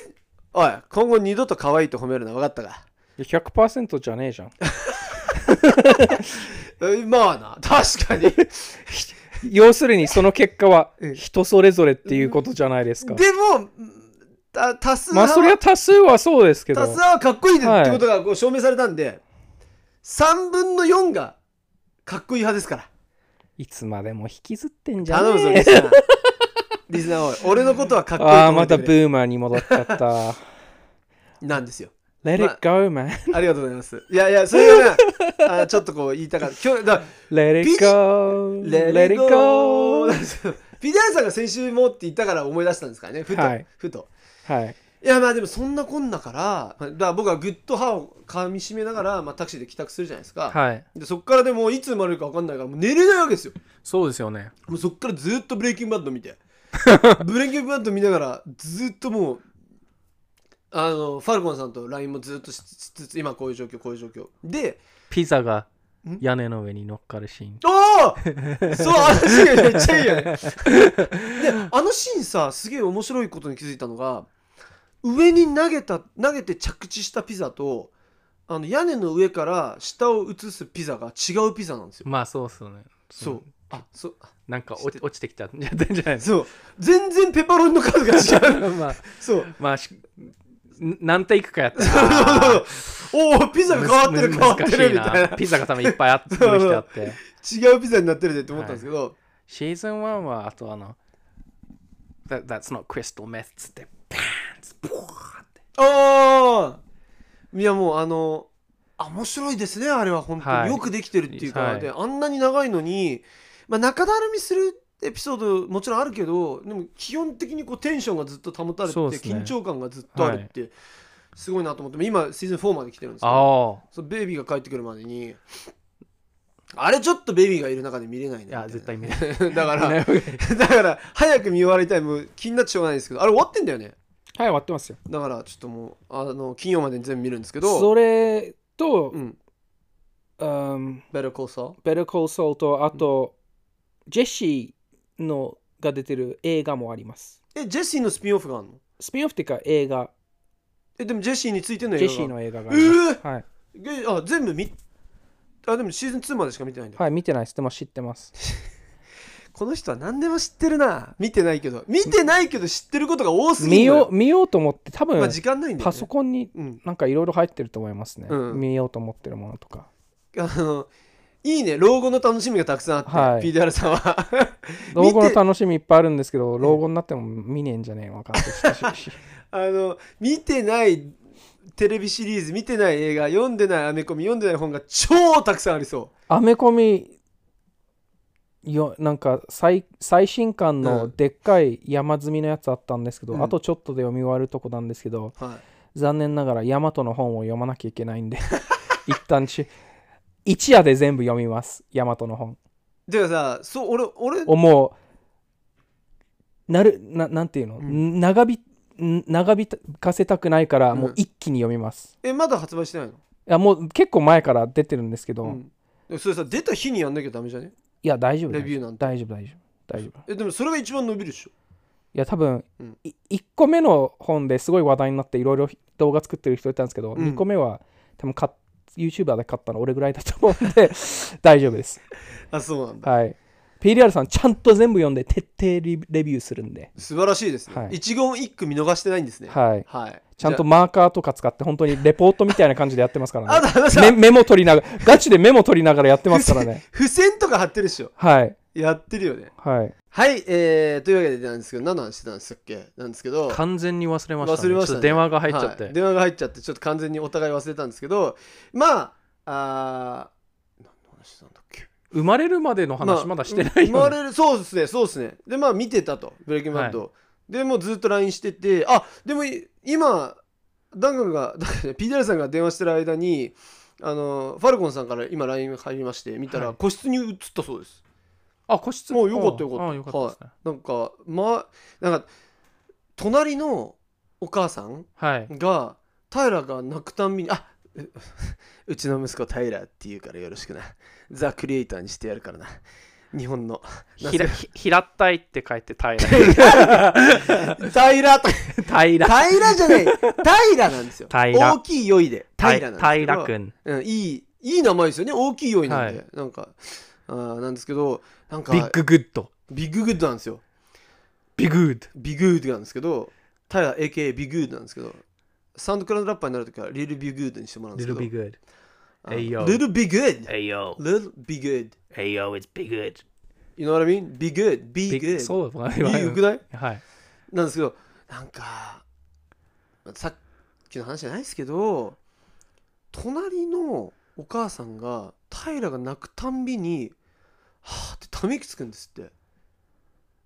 いいおい、今後二度と可愛いと褒めるの分かったか100%じゃねえじゃん えーまあな、確 かに。要するにその結果はうん人それぞれっていうことじゃないですかでもた多数まあ派それはは多数はそうですけ多ど数派はかっこいいではいってことがこう証明されたんで、3分の4がかっこいい派ですからいつまでも引きずってんじゃ頼むぞねリえスナーリスナーおい俺のことはかっこいいとああ思まってたくブれーマーに戻っちゃった なんですよ Let it go man ありがとうございますいやいやそれ がねあちょっとこう言いたかった今日だ Let it go Let it go なんですよピデアンさんが先週もって言ったから思い出したんですからねふと、はいふとはいいやまあでもそんなこんなからまあだから僕はグッと歯を噛みしめながら、まあ、タクシーで帰宅するじゃないですか、はいでそっからでもういつ生まれるか分かんないからもう寝れないわけですよそうですよねもうそっからずっとブレイキングバッド 見てブレイキングバッド見ながらずっともうあのファルコンさんと LINE もずっとししつつ今こういう状況こういう状況でピザがん屋根の上に乗っかるシーンおおそうあのシーンめっちゃいいよねであのシーンさすげえ面白いことに気づいたのが上に投げた投げて着地したピザとあの屋根の上から下を映すピザが違うピザなんですよまあそうっすよねそうあそうなんか落ちちてきたんじゃないですそう全然ペパロンの数が 違う まあそうまあしん何テイクかや っておおピザが変わってる変わってるみたいなピザが多分いっぱいあ ってそう用意してあって違うピザになってるでって思ったんですけど、シーズン1はあとあの「That, That's not crystal meth」っつってパーンつってボーンってああいやもうあのあ面白いですねあれは本当に、はいよくできてるっていうか、はいであんなに長いのに、まあ、中だるみするエピソードもちろんあるけどでも基本的にこうテンションがずっと保たれて、そうですね緊張感がずっとあるって、すごいなと思って今シーズン4まで来てるんですけどああそうベイビーが帰ってくるまでにあれちょっとベイビーがいる中で見れ ないねいや絶対見れな い対だから、はい終だから早く見終わりたいもう気になってしょうがないんですけどあれ終わってんだよねわってますよだからちょっともうあの金曜までに全部見るんですけどそれとうん「um, ベルコーサー Better Call Saul」とあとジェシーのが出てる映画もありますえジェシーのスピンオフがあるのスピンオフっていうか映画えでもジェシーについてのジ映画ェシがーの映画がありますえはいえあ全部見あでもシーズン2までしか見てないんだ、はい見てないですでも知ってますこの人は何でも知ってるな見てないけど見てないけど知ってることが多すぎる見のよよう見ようと思って多まあ分時間ないんだよ、ね、パソコンにうんなんかいろいろ入ってると思いますね、うん見ようと思ってるものとかあのいいね老後の楽しみがたくさんあって、はい PDR さんは 老後の楽しみいっぱいあるんですけど老後になっても見ねえんじゃねえわかんないしあの見てないテレビシリーズ見てない映画読んでないアメコミ読んでない本が超たくさんありそアメコミよなんか最最新刊うのんでっかい山積みのやつあったんですけど、うんあとちょっとで読み終わるとこなんですけどう、は残念ながらヤマトの本を読まなきゃいけないんで 一旦ち一夜で全部読みますヤマトの本い、てかさそう俺俺をもうなるななんていうの、うん長びん長引かせたくないからうんもう一気に読みます、えまだ発売してないの、いやもう結構前から出てるんですけど、うんでもそれさ出た日にやんなきゃダメじゃねいや大丈夫レビューなんて大丈夫大丈夫大丈夫いえでもそれが一番伸びるでしょや多分、うんい1個目の本ですごい話題になっていろいろ動画作ってる人いたんですけど、うん2個目は多分買っ YouTuber で買ったの俺ぐらいだと思うんで 大丈夫です あそうなんだはい PDR さんちゃんと全部読んで徹底リレビューするんで、素晴らしいですね、はい一言一句見逃してないんですねい、はい、はい、ちゃんとマーカーとか使って本当にレポートみたいな感じでやってますかじゃああらと ねあのさ メメモ取りながらガチでメモ取りながらやってますからね付箋とか貼ってるでしょはいいやってるよね。はいはい、えー、というわけでなんですけど、何の話してたんですっけなんですけど、完全に忘れました、忘れましたねちょっと電話が入っちゃって、はい電話が入っちゃって、ちょっと完全にお互い忘れたんですけど、まあ、あー何の話したんだっけ生まれるまでの話まだしてないよ、ね生まれるそうですねそうですねでまあ見てたとブレイキングバッドを、でもうずっと LINE しててあでもい今ダンカンが ダンカン PDR さんが電話してる間にあのファルコンさんから今 LINE 入りまして見たらはい個室に移ったそうです、あ個室もうよかったよかったああよかったですねなんかまなんか隣のお母さんはい、が平が泣くたんびにあう うちの息子平っていうからよろしくなザ・クリエイターにしてやるからな日 本のひらひ平たいって書いて平 平と平平じゃない平なんですよ平大きい酔いで平なんですけど平君うん、いいいい名前ですよね大きい酔いなんで、はなんかあーなんですけどなんかビッググッドビッググッドなんですよビッググッドビグードなんですけど平 AKA ビグードなんですけどサウンドクラウドラッパーになるときはリルビグードにしてもらうんでリすけルどビッグあの Ayo Little be good グッド Ayo Little be good Ayo it's big good You know what I mean? Be good Be good そうだいいよくないはいなんですけどなんかさっきの話じゃないですけど隣のお母さんが平が泣くたんびにはあってため息つくんですって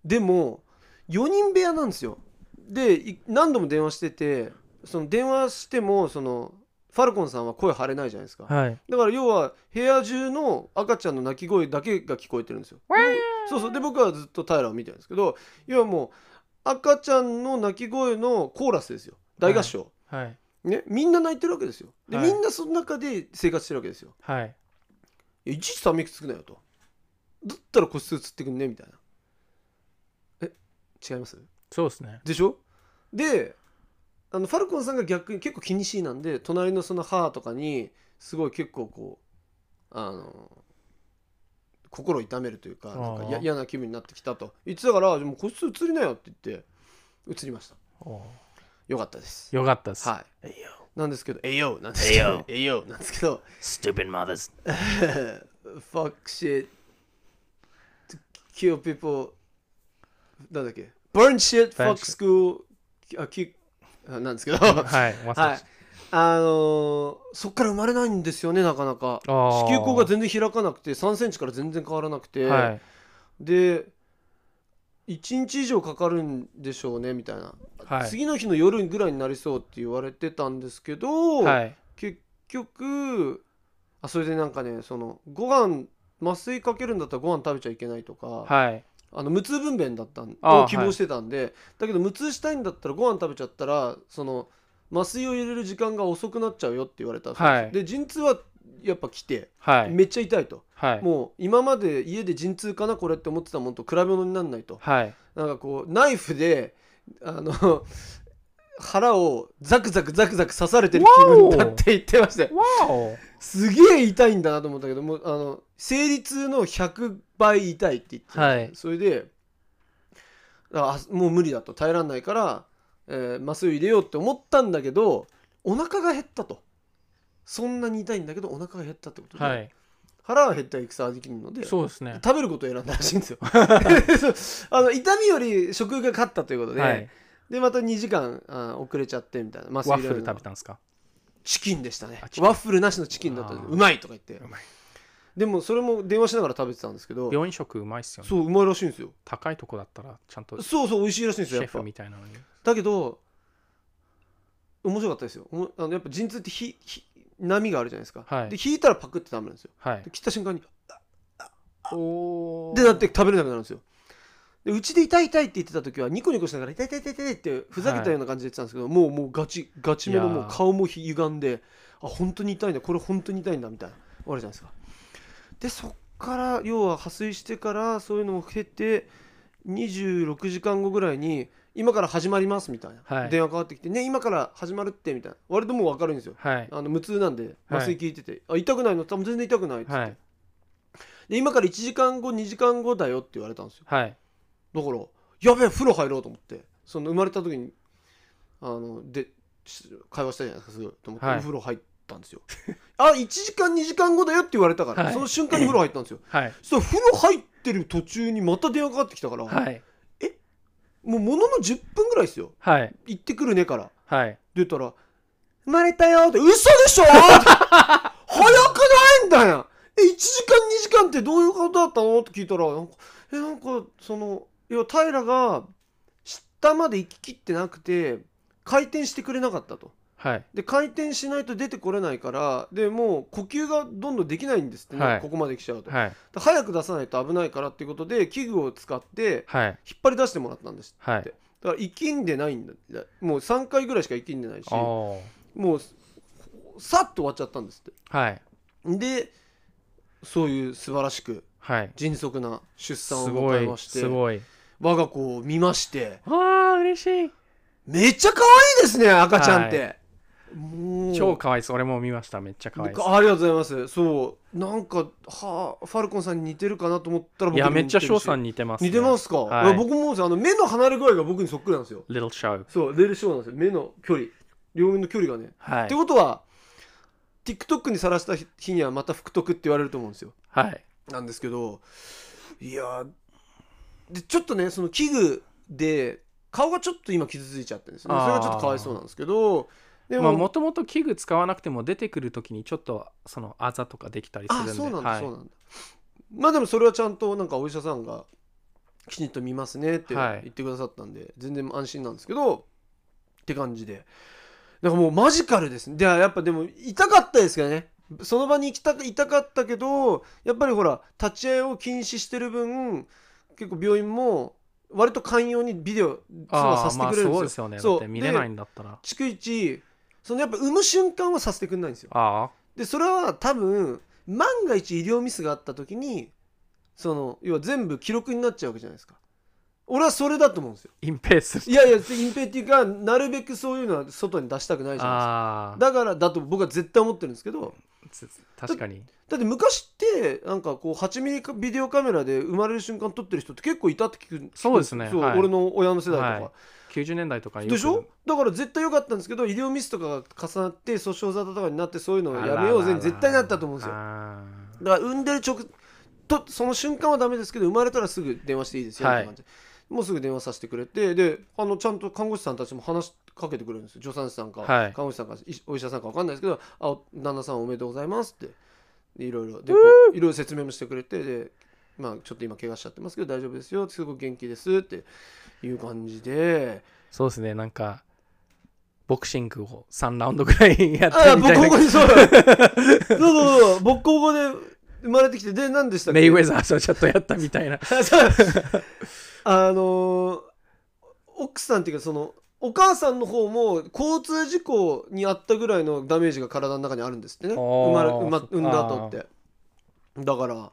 でも4人部屋なんですよでい何度も電話しててその電話してもそのファルコンさんは声張れないじゃないですかはいだから要は部屋中の赤ちゃんの泣き声だけが聞こえてるんですよ。でそうそうで僕はずっと平を見てるんですけど要はもう赤ちゃんの泣き声のコーラスですよ大合唱、はいね、みんな泣いてるわけですよで、はいみんなその中で生活してるわけですよはいいやいちいちため息つくなよとだったら個室移ってくんねみたいなえ違いますそうですねでしょであのファルコンさんが逆に結構気にしいなんで隣のその母とかにすごい結構こうあの心を痛めるというかなんかあやー嫌な気分になってきたと言ってたからでも個室移りなよって言って移りましたおーよかったですよかったですはいいよなんですけど「えいよ」なんですけど「えいよ」なんですけど Stupid mothers fuck shit to kill people なんだっけ burn shit Burn fuck shit. school あ kick あなんですけど はいまさはいに、あのーそっから生まれないんですよねなかなかあー子宮口が全然開かなくて3センチから全然変わらなくて、はいで1日以上かかるんでしょうねみたいな、はい次の日の夜ぐらいになりそうって言われてたんですけど、はい結局あそれでなんかねそのご飯麻酔かけるんだったらご飯食べちゃいけないとか、はいあの無痛分娩だったんあーを希望してたんで、だけど無痛したいんだったらご飯食べちゃったらその麻酔を入れる時間が遅くなっちゃうよって言われたんですよ、はいで陣痛はやっぱ来て、はいめっちゃ痛いと、はいもう今まで家で陣痛かなこれって思ってたもんと比べ物にならないとはいなんかこうナイフであの 腹をザクザクザクザク刺されてる気分だって言ってましたよわおすげえ痛いんだなと思ったけどもうあの生理痛の100倍痛いって言ってたんですよ、はいそれでああもう無理だと耐えられないから、えー麻酔を入れようって思ったんだけどお腹が減ったとそんなに痛いんだけどお腹が減ったってことで、はい腹が減ったら戦はできるのでそうですね食べることを選んだらしいんで すよ そうあの痛みより食欲が勝ったということで、はいでまた2時間あ遅れちゃってみたいな麻酔ワッ入れフるルの食べたんですかチキンでしたねあチキンワッフルなしのチキンだったんであーうまいとか言ってうまいでもそれも電話しながら食べてたんですけど病院食うまいっすよねそううまいらしいんですよ高いとこだったらちゃんとシそうそう美味しいらしいんですよェやっぱフみたいなのにだけど面白かったですよおもあのやっぱ陣痛ってひひ波があるじゃないですか、はいで引いたらパクってダメなんですよはいで切った瞬間におーでなって食べれなくなるんですよでうちで痛い痛いって言ってた時はニコニコしながら痛い痛い痛い痛いってふざけたような感じで言ってたんですけど、もうもうガチガチめのいやもーう顔もひ歪んであ本当に痛いんだこれ本当に痛いんだみたいな終わるじゃないですかでそっから要は破水してからそういうのも経て26時間後ぐらいに今から始まりますみたいな、はい電話かかってきてね今から始まるってみたいな割ともう分かるんですよはいあの無痛なんではい麻酔効いてて、あ痛くないの多分全然痛くないっつって、はいで今から1時間後2時間後だよって言われたんですよはいだからやべえ風呂入ろうと思ってその生まれた時にあのでし会話したじゃないですかすごいと思って、はいお風呂入ったんですよあ1時間2時間後だよって言われたから、はいその瞬間に風呂入ったんですよはいそう風呂入っってる途中にまた電話かかってきたから、はいもうものの10分ぐらいですよはい行ってくるねからはい出たら「生まれたよ」って「嘘でしょ! 」早くないんだよえ1時間2時間ってどういうことだったの?」って聞いたらなんか「えなんかそのいや平が下まで行ききってなくて回転してくれなかった」と。はいで回転しないと出てこれないからでもう呼吸がどんどんできないんですってね、はいここまで来ちゃうと、はいで早く出さないと危ないからっていうことで器具を使ってはい引っ張り出してもらったんですはいだから生きんでないんだもう3回ぐらいしか生きんでないしあーもうさっと終わっちゃったんですってはいでそういう素晴らしくはい迅速な出産をすご迎えいましてすごい我が子を見ましてあー嬉しいめっちゃ可愛いですね赤ちゃんって、はもう超かわいそう俺も見ましためっちゃかわいそありがとうございますそうなんかはファルコンさんに似てるかなと思ったらう僕いやにもめっちゃ翔さん似てるしに似てますね似てますか、はいいや僕もですよあの目の離れ具合が僕にそっくりなんですよ Little Show そうレールショーなんですよ目の距離両面の距離がね、はっていことは TikTok にさらした日にはまた福徳って言われると思うんですよはいなんですけどいやでちょっとねその器具で顔がちょっと今傷ついちゃってるんですねあーそれがちょっとかわいそうなんですけどでまあもともと器具使わなくても出てくるときにちょっとそのあざとかできたりするんあでそうなんだ、はいそうなんだまあでもそれはちゃんとなんかお医者さんがきちんと見ますねってはい言ってくださったんで、全然安心なんですけどって感じでだからもうマジカルですねでやっぱでも痛かったですけどねその場に行きた痛かったけどやっぱりほら立ち会いを禁止してる分結構病院も割と寛容にビデオ通話あさーせてまあくれるんそうでですすよ、よねだそうって見れないんだったら逐一そのやっぱ産む瞬間はさせてくれないんですよあでそれは多分万が一医療ミスがあった時にその要は全部記録になっちゃうわけじゃないですか俺はそれだと思うんですよあ隠蔽するいやいや隠蔽っていうかなるべくそういうのは外に出したくないじゃないあですかあだからだと僕は絶対思ってるんですけどつ確かにだって昔ってなんかこう8ミリかビデオカメラで生まれる瞬間撮ってる人って結構いたって聞くそうですねそう、はい俺の親の世代とか、はい90年代とかによくでしょだから絶対良かったんですけど医療ミスとかが重なって訴訟沙汰とかになってそういうのをやめようぜに絶対なったと思うんですよあーだから産んでる直とその瞬間はダメですけど生まれたらすぐ電話していいですよっはいて感じで、もうすぐ電話させてくれてであのちゃんと看護師さんたちも話しかけてくれるんですよ助産師さんか、はい看護師さんかいお医者さんか分かんないですけど「あお旦那さんおめでとうございます」ってでいろいろでこういろいろ説明もしてくれてで、まあ、ちょっと今怪我しちゃってますけど大丈夫ですよすごく元気ですっていう感じでそうですねなんかボクシングを3ラウンドぐらいやってあみボたッいコ ボコなにそうそうそうそうボッコボコで生まれてきてで何でしたっけメイウェザーとちょっとやったみたいな あのー奥さんっていうかそのお母さんの方も交通事故にあったぐらいのダメージが体の中にあるんですってねあー生まれ生まそっか産んだ後ってだからあ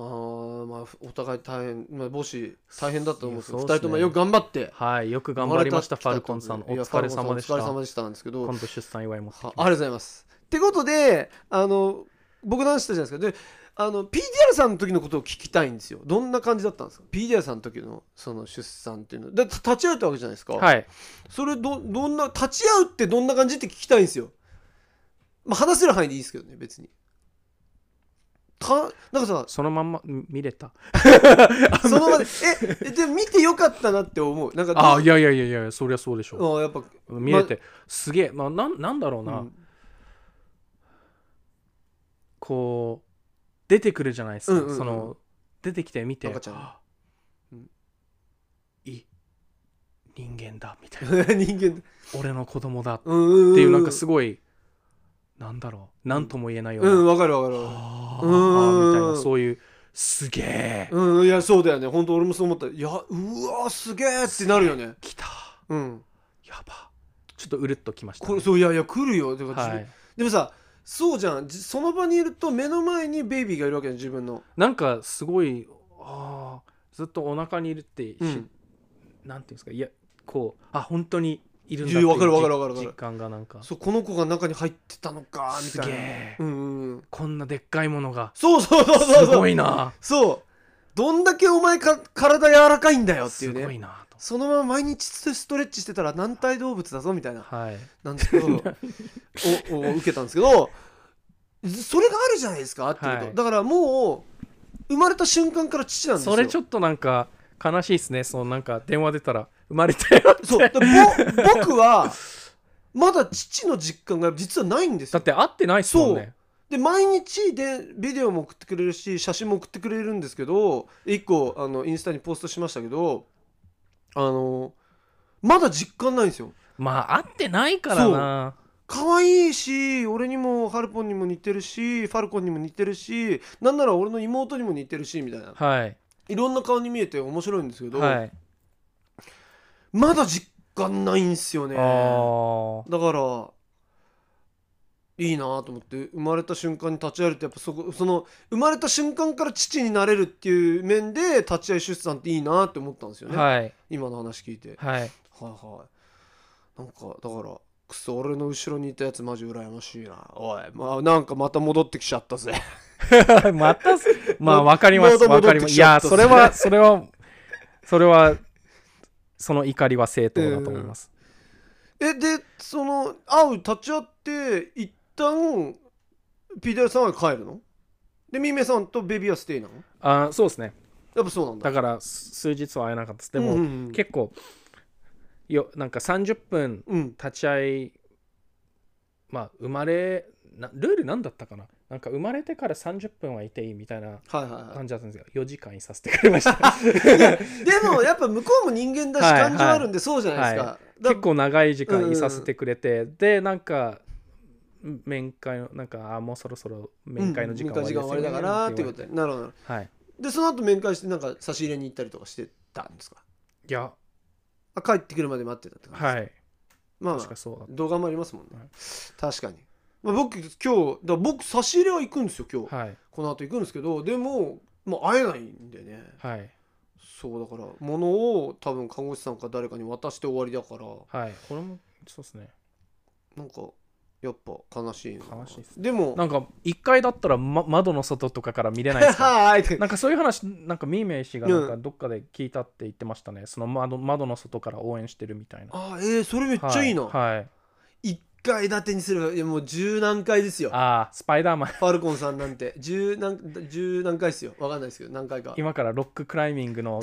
ーまあお互い大変、まあ、母子大変だったと思うんですけど、そうっ2すね人ともよく頑張ってはいよく頑張りましたフ生れァルコンさん来おたって疲れ様でしいやファルコンさんお疲れた様でしたなんですけど今度出産祝い持ってきはあまりすがとうございます。ってことであの僕の話したじゃないですかであの PDR さんの時のことを聞きたいんですよどんな感じだったんですか PDR さんの時のその出産っていうのだって立ち会うってわけじゃないですか、はいそれどどんな立ち会うってどんな感じって聞きたいんですよ、まあ、話せる範囲でいいですけどね別にたなんかさそのまんまん見れたその 場でええでも見てよかったなって思うなんかどうああいやいやいやいやそりゃそうでしょああやっぱ う見れてすげえまあなんなんだろうなうんこう出てくるじゃないですうんうんうかんその出てきて見て赤ちゃんあうんい人間だみたいな人間俺の子供だっうんうんんていうなんかすごいなんだろうなんとも言えないようなうんわかるわかるわかるあうんうんうーんみたいなそういうすげえうん、いや、そうだよね。本当俺もそう思った。いや、うわー、すげえってなるよね。来たうん。やばちょっとうるっときましたねこれ、そう、いやいや、来るよ。てかは自分いでもさ、そうじゃん。じその場にいると、目の前にベイビーがいるわけじゃん、自分の。なんかすごいあーずっとお腹にいるって、しうんなんていうんですかいやこうあ本当にいるんだっていいうやわかるわかるわかるわか実る実感がなんかそう、この子が中に入ってたのか、みすたげいな。え、うんうんうん。こんなでっかいものがそうそうそうそすう。ごい。なそう。どんだけお前か、体柔らかいんだよっていすうね。ごいなとそのまま毎日ストレッチしてたら軟体動物だぞみたいなはいなんです けどおお受けたんですけどそれがあるじゃないですかっていうと、はいだからもう生まれた瞬間から父なんですよそれちょっとなんか悲しいですねそのなんか電話出たら生まれたよってそうだからぼ僕はまだ父の実感が実はないんです だよって会ってないっすもんねで毎日でビデオも送ってくれるし写真も送ってくれるんですけど1個あのインスタにポストしましたけどあのまだ実感ないんですよまあ会ってないからな可愛いし俺にもハルポンにも似てるしファルコンにも似てるしなんなら俺の妹にも似てるしみたいなはいいろんな顔に見えて面白いんですけど、はいまだ実感ないんすよねあーだからいいなと思って生まれた瞬間に立ち会えるってやっぱそこその生まれた瞬間から父になれるっていう面で立ち会い出産っていいなって思ったんですよね、はい今の話聞いてはいはいはいなんかだからくそ俺の後ろにいたやつマジ羨ましいなおいまあなんかまた戻ってきちゃったぜ またす、まあ、わかりままたす。わ戻かっりてまきす。いちゃや、ったそれは、それは、それは、その怒りは正当だと思います。 えでその会う立ち会って一旦ピーターさんは帰るのでミメさんとベビーはステイなのあそうですね。やっぱそうなんだだから、す数日は会えなかったです。でも、うんうんうん結構、よ、なんか30分うん立ち会い、まあ、生まれ、なルールなんだったかななんか生まれてから30分はいていいみたいなはいはいはい感じだったんですけど、4時間いさせてくれました。でもやっぱ向こうも人間だし はい感情あるんでそうじゃないですかは。だ結構長い時間いさせてくれて、でなんか面会のなんかあもうそろそろ面会の時間うん面会の時間終わりだからっていうことで。なるほどなるほとはいど。でその後面会してなんか差し入れに行ったりとかしてたんですか。いやあ帰ってくるまで待ってたって感じですか。はいまあま確かあそうだっ動画もありますもんねはい。確かに。まあ僕今日だから僕差し入れは行くんですよ今日た。はいこの後行くんですけどでももう会えないんでね。はいそうだから物を多分看護師さんか誰かに渡して終わりだから。はいこれもそうですねなんかやっぱ悲しいな悲しいっすでもなんか1階だったら、ま、窓の外とかから見れないですかはいってなんかそういう話なんかミーメイ氏がなんかうどっかで聞いたって言ってましたね、その窓窓の外から応援してるみたいなあえー、それめっちゃいいな、はい、はい一階建てにすればいやもう十何階ですよああスパイダーマンファルコンさんなんて十何十何階ですよわかんないですけど何回か今からロッククライミングの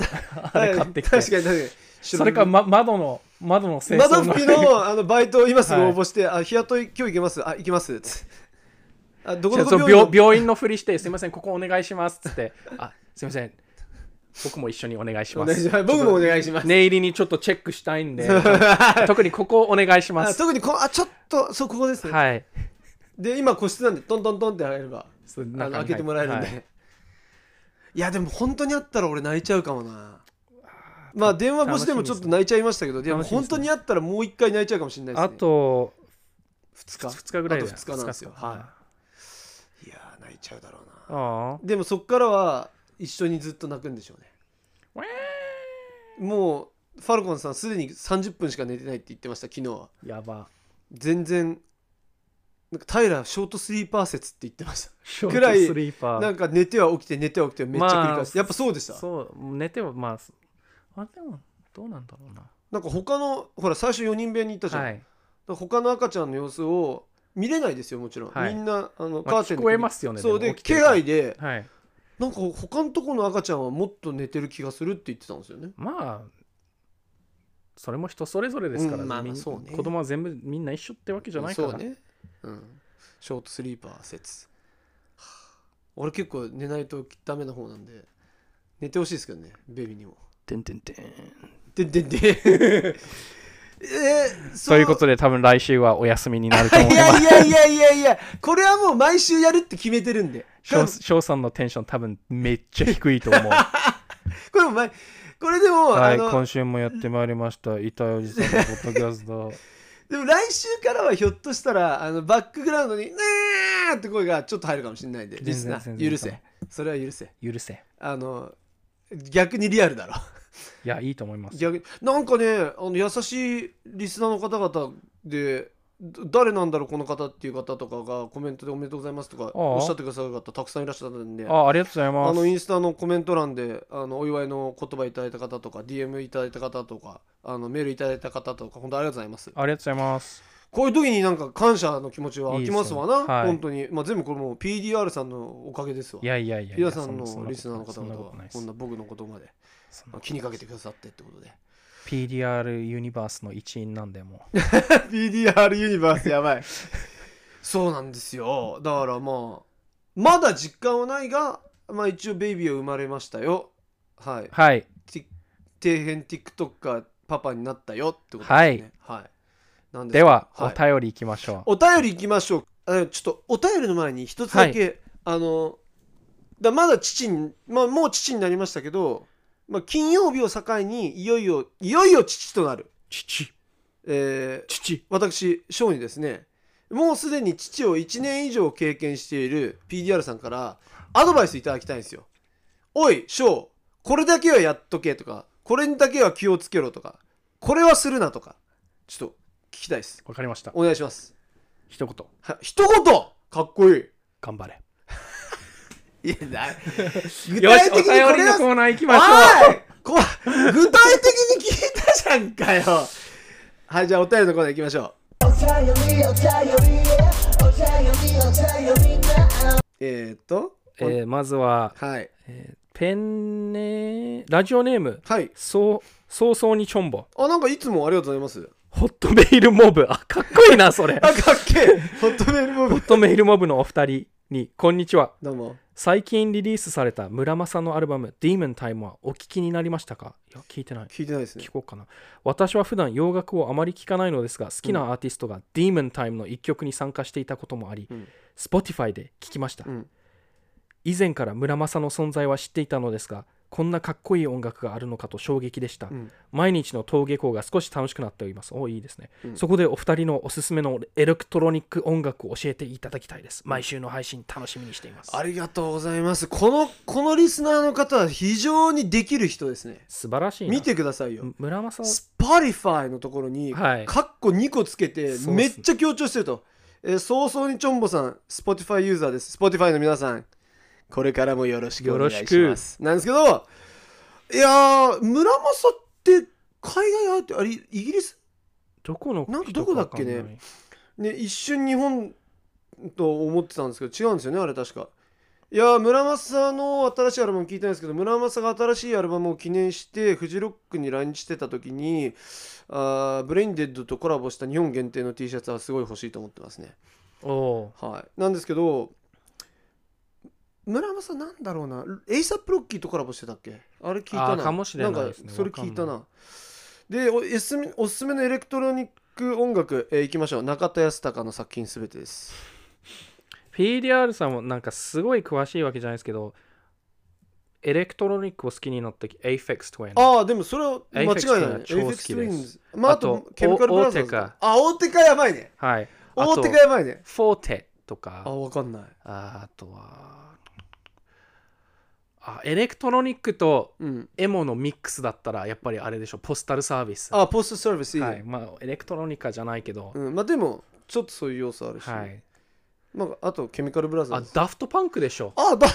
あれ買ってきて、はい確かに確かにそれか、まま、窓の窓の清掃窓 拭きのあのバイトを今すぐ応募して、あ日雇い今日行けますあ行きますつってあどこどこそう病院病の病院のふりして「すいませんここお願いします」っつって「あすいません僕も一緒にお願いしおま願いしすます僕もお願いしま」す、念入りにちょっとチェックしたいん で特にここお願いしまあす特にこあちょっとそうここですね、はいで今個室なんでトントントンって入ればそう中あのに開けてもらえるんで、はいい、やでも本当にあったら俺泣いちゃうかもなまあ電話越しでもちょっと泣いちゃいましたけどでも楽しみですね本当にあったらもう一回泣いちゃうかもしれないですあねと2日2日ぐらいあでと2日なんですよ二日はいいやー泣いちゃうだろうなああでもそっからは一緒にずっと泣くんでしょうねウェもうファルコンさんすでに30分しか寝てないって言ってました昨日はーやば全然なんかタイラーショートスリーパー説って言ってましショーぐらいトスリーパたーなんか寝ては起きて寝ては起きてめっちゃ繰り返す、まあやっぱそうでしたそう寝てもまああでもどうなんだろうななんか他のほら最初4人部屋に行ったじゃん、はいだから他の赤ちゃんの様子を見れないですよもちろん、はいみんなあのまあカーテン聞こえますよねそうででも起きて気るから配ではいなんか他のとこの赤ちゃんはもっと寝てる気がするって言ってたんですよねまあそれも人それぞれですから、うんまあまあみんそうね子供は全部みんな一緒ってわけじゃないからそうね、うん、ショートスリーパー説はあ俺結構寝ないとダメな方なんで寝てほしいですけどねベビーにもてんてんてんで ででえー、そとのいうことで多分来週はお休みになると思いいますやいやいやいやいやこれはもう毎週やるって決めてるんで翔翔さんのテンション多分めっちゃ低いと 思うこれも前これでも、はいあの今週もやってまいりました痛いおじさんのポッドキャストでも来週からはひょっとしたらあのバックグラウンドに「ねー!」って声がちょっと入るかもしれないんでリスナ全然全ー然許せそれは許せ許せあの逆にリア ルだろいやいいと思います逆になんかねあの優しいリスナーの方々でど誰なんだろうこの方っていう方とかがコメントで「おめでとうございます」とかああおっしゃってくださる方たくさんいらっしゃったんであありがとうございあますのインスタのコメント欄であのお祝いの言葉いただいた方とか DM いただいた方とかあのメールいただいた方とか本当ありがとうございますありがとうございますこういう時になんか感謝の気持ちは湧きますわないいですよはい本当に、まあ、全部これもう PDR さんのおかげですわいやいやいやいや皆さんそのなリスナーの方そん々なはことないでこすんな僕のことまでそんまなあ気にかけてくださってってことで PDR ユニバースの一員なんでもう PDR ユニバースやばいそうなんですよだからまあまだ実感はないが、まあ、一応ベイビーは生まれましたよはいはい底辺 TikToker パパになったよってことですねはい、なんすけでどは、はいお便りいきましょうお便り行きましょうあちょっとお便りの前に一つだけ、あのだまだ父に、まあ、もう父になりましたけど、まあ、金曜日を境にいよいよいよいよ父となる、父えー父私翔にですねもうすでに父を1年以上経験している PDR さんからアドバイスいただきたいんですよおい翔これだけはやっとけとかこれだけは気をつけろとかこれはするなとかちょっと聞きたいですわかりましたお願いします一言は一言かっこいい頑張れいや、な具よし体お的にこれ便りのはコーナーいきましおいこわ具体的に聞いたじゃんかよはい、じゃあお便りのコーナー行きましょう。えーっと、ょう、えーまずははい。ペンネラジオネームはい。そう早々にチョンボあ、なんかいつもありがとうございます。ホットメールモブあかっこいいなそれ あ、かっけえホットメールモホブ。ットメールモブのお二人にこんにちはどうも。最近リリースされた村正のアルバム「Demon Time」はお聞きになりましたかいや聞いてない聞いてないですね聞。こうかな私は普段洋楽をあまり聞かないのですが好きなアーティストが Demon Time の一曲に参加していたこともあり、うん Spotify で聞きました、うん以前から村正の存在は知っていたのですがこんなかっこいい音楽があるのかと衝撃でした、ん毎日の登下校が少し楽しくなっておりますおいいですね、うんそこでお二人のおすすめのエレクトロニック音楽を教えていただきたいです毎週の配信楽しみにしていますありがとうございます。この、このリスナーの方は非常にできる人ですね。素晴らしいな見てくださいよ。村正はスパリファイのところに、はいカッコ2個つけてそうっ、すねめっちゃ強調してると。えー早々にチョンボさん、Spotify ユーザーです。Spotify の皆さん、これからもよろしくお願いしよまろす。なんですけど、いやー、村正って海外あって、あれ、イギリスどこのなんか人どこだっけわねかんないね、一瞬日本と思ってたんですけど違うんですよねあれ確かいやー村正の新しいアルバム聞いたんですけど村正が新しいアルバムを記念してフジロックに来日してた時にあーブレインデッドとコラボした日本限定の T シャツはすごい欲しいと思ってますねおおはいなんですけど村正なんだろうなエイサップロッキーとコラボしてたっけあれ聞いたあなーかもしれないんかですねそれ聞いたわなでおおすすめおすすめのエレクトロニック音楽、えー、いきましょう中田康隆の作品すべてです PDR さんもなんかすごい詳しいわけじゃないですけどエレクトロニックを好きになったき AFEX Twin ああでもそれは間違いない Aphex Twin は超好きです Aphex Twin まあああととケミカルブラザお大手ーズかあ大手かやばいねはいあ大と手かやばいねフォーテとあかわかんないああとはあエレクトロニックとうんエモのミックスだったらやっぱりあれでしょポスタルサービスあポストサービスいいね、はいまあエレクトロニカじゃないけど、うん、まあでもちょっとそういう要素あるし、はいまあ、あとケミカルブラザーあズダフトパンクでしょあだ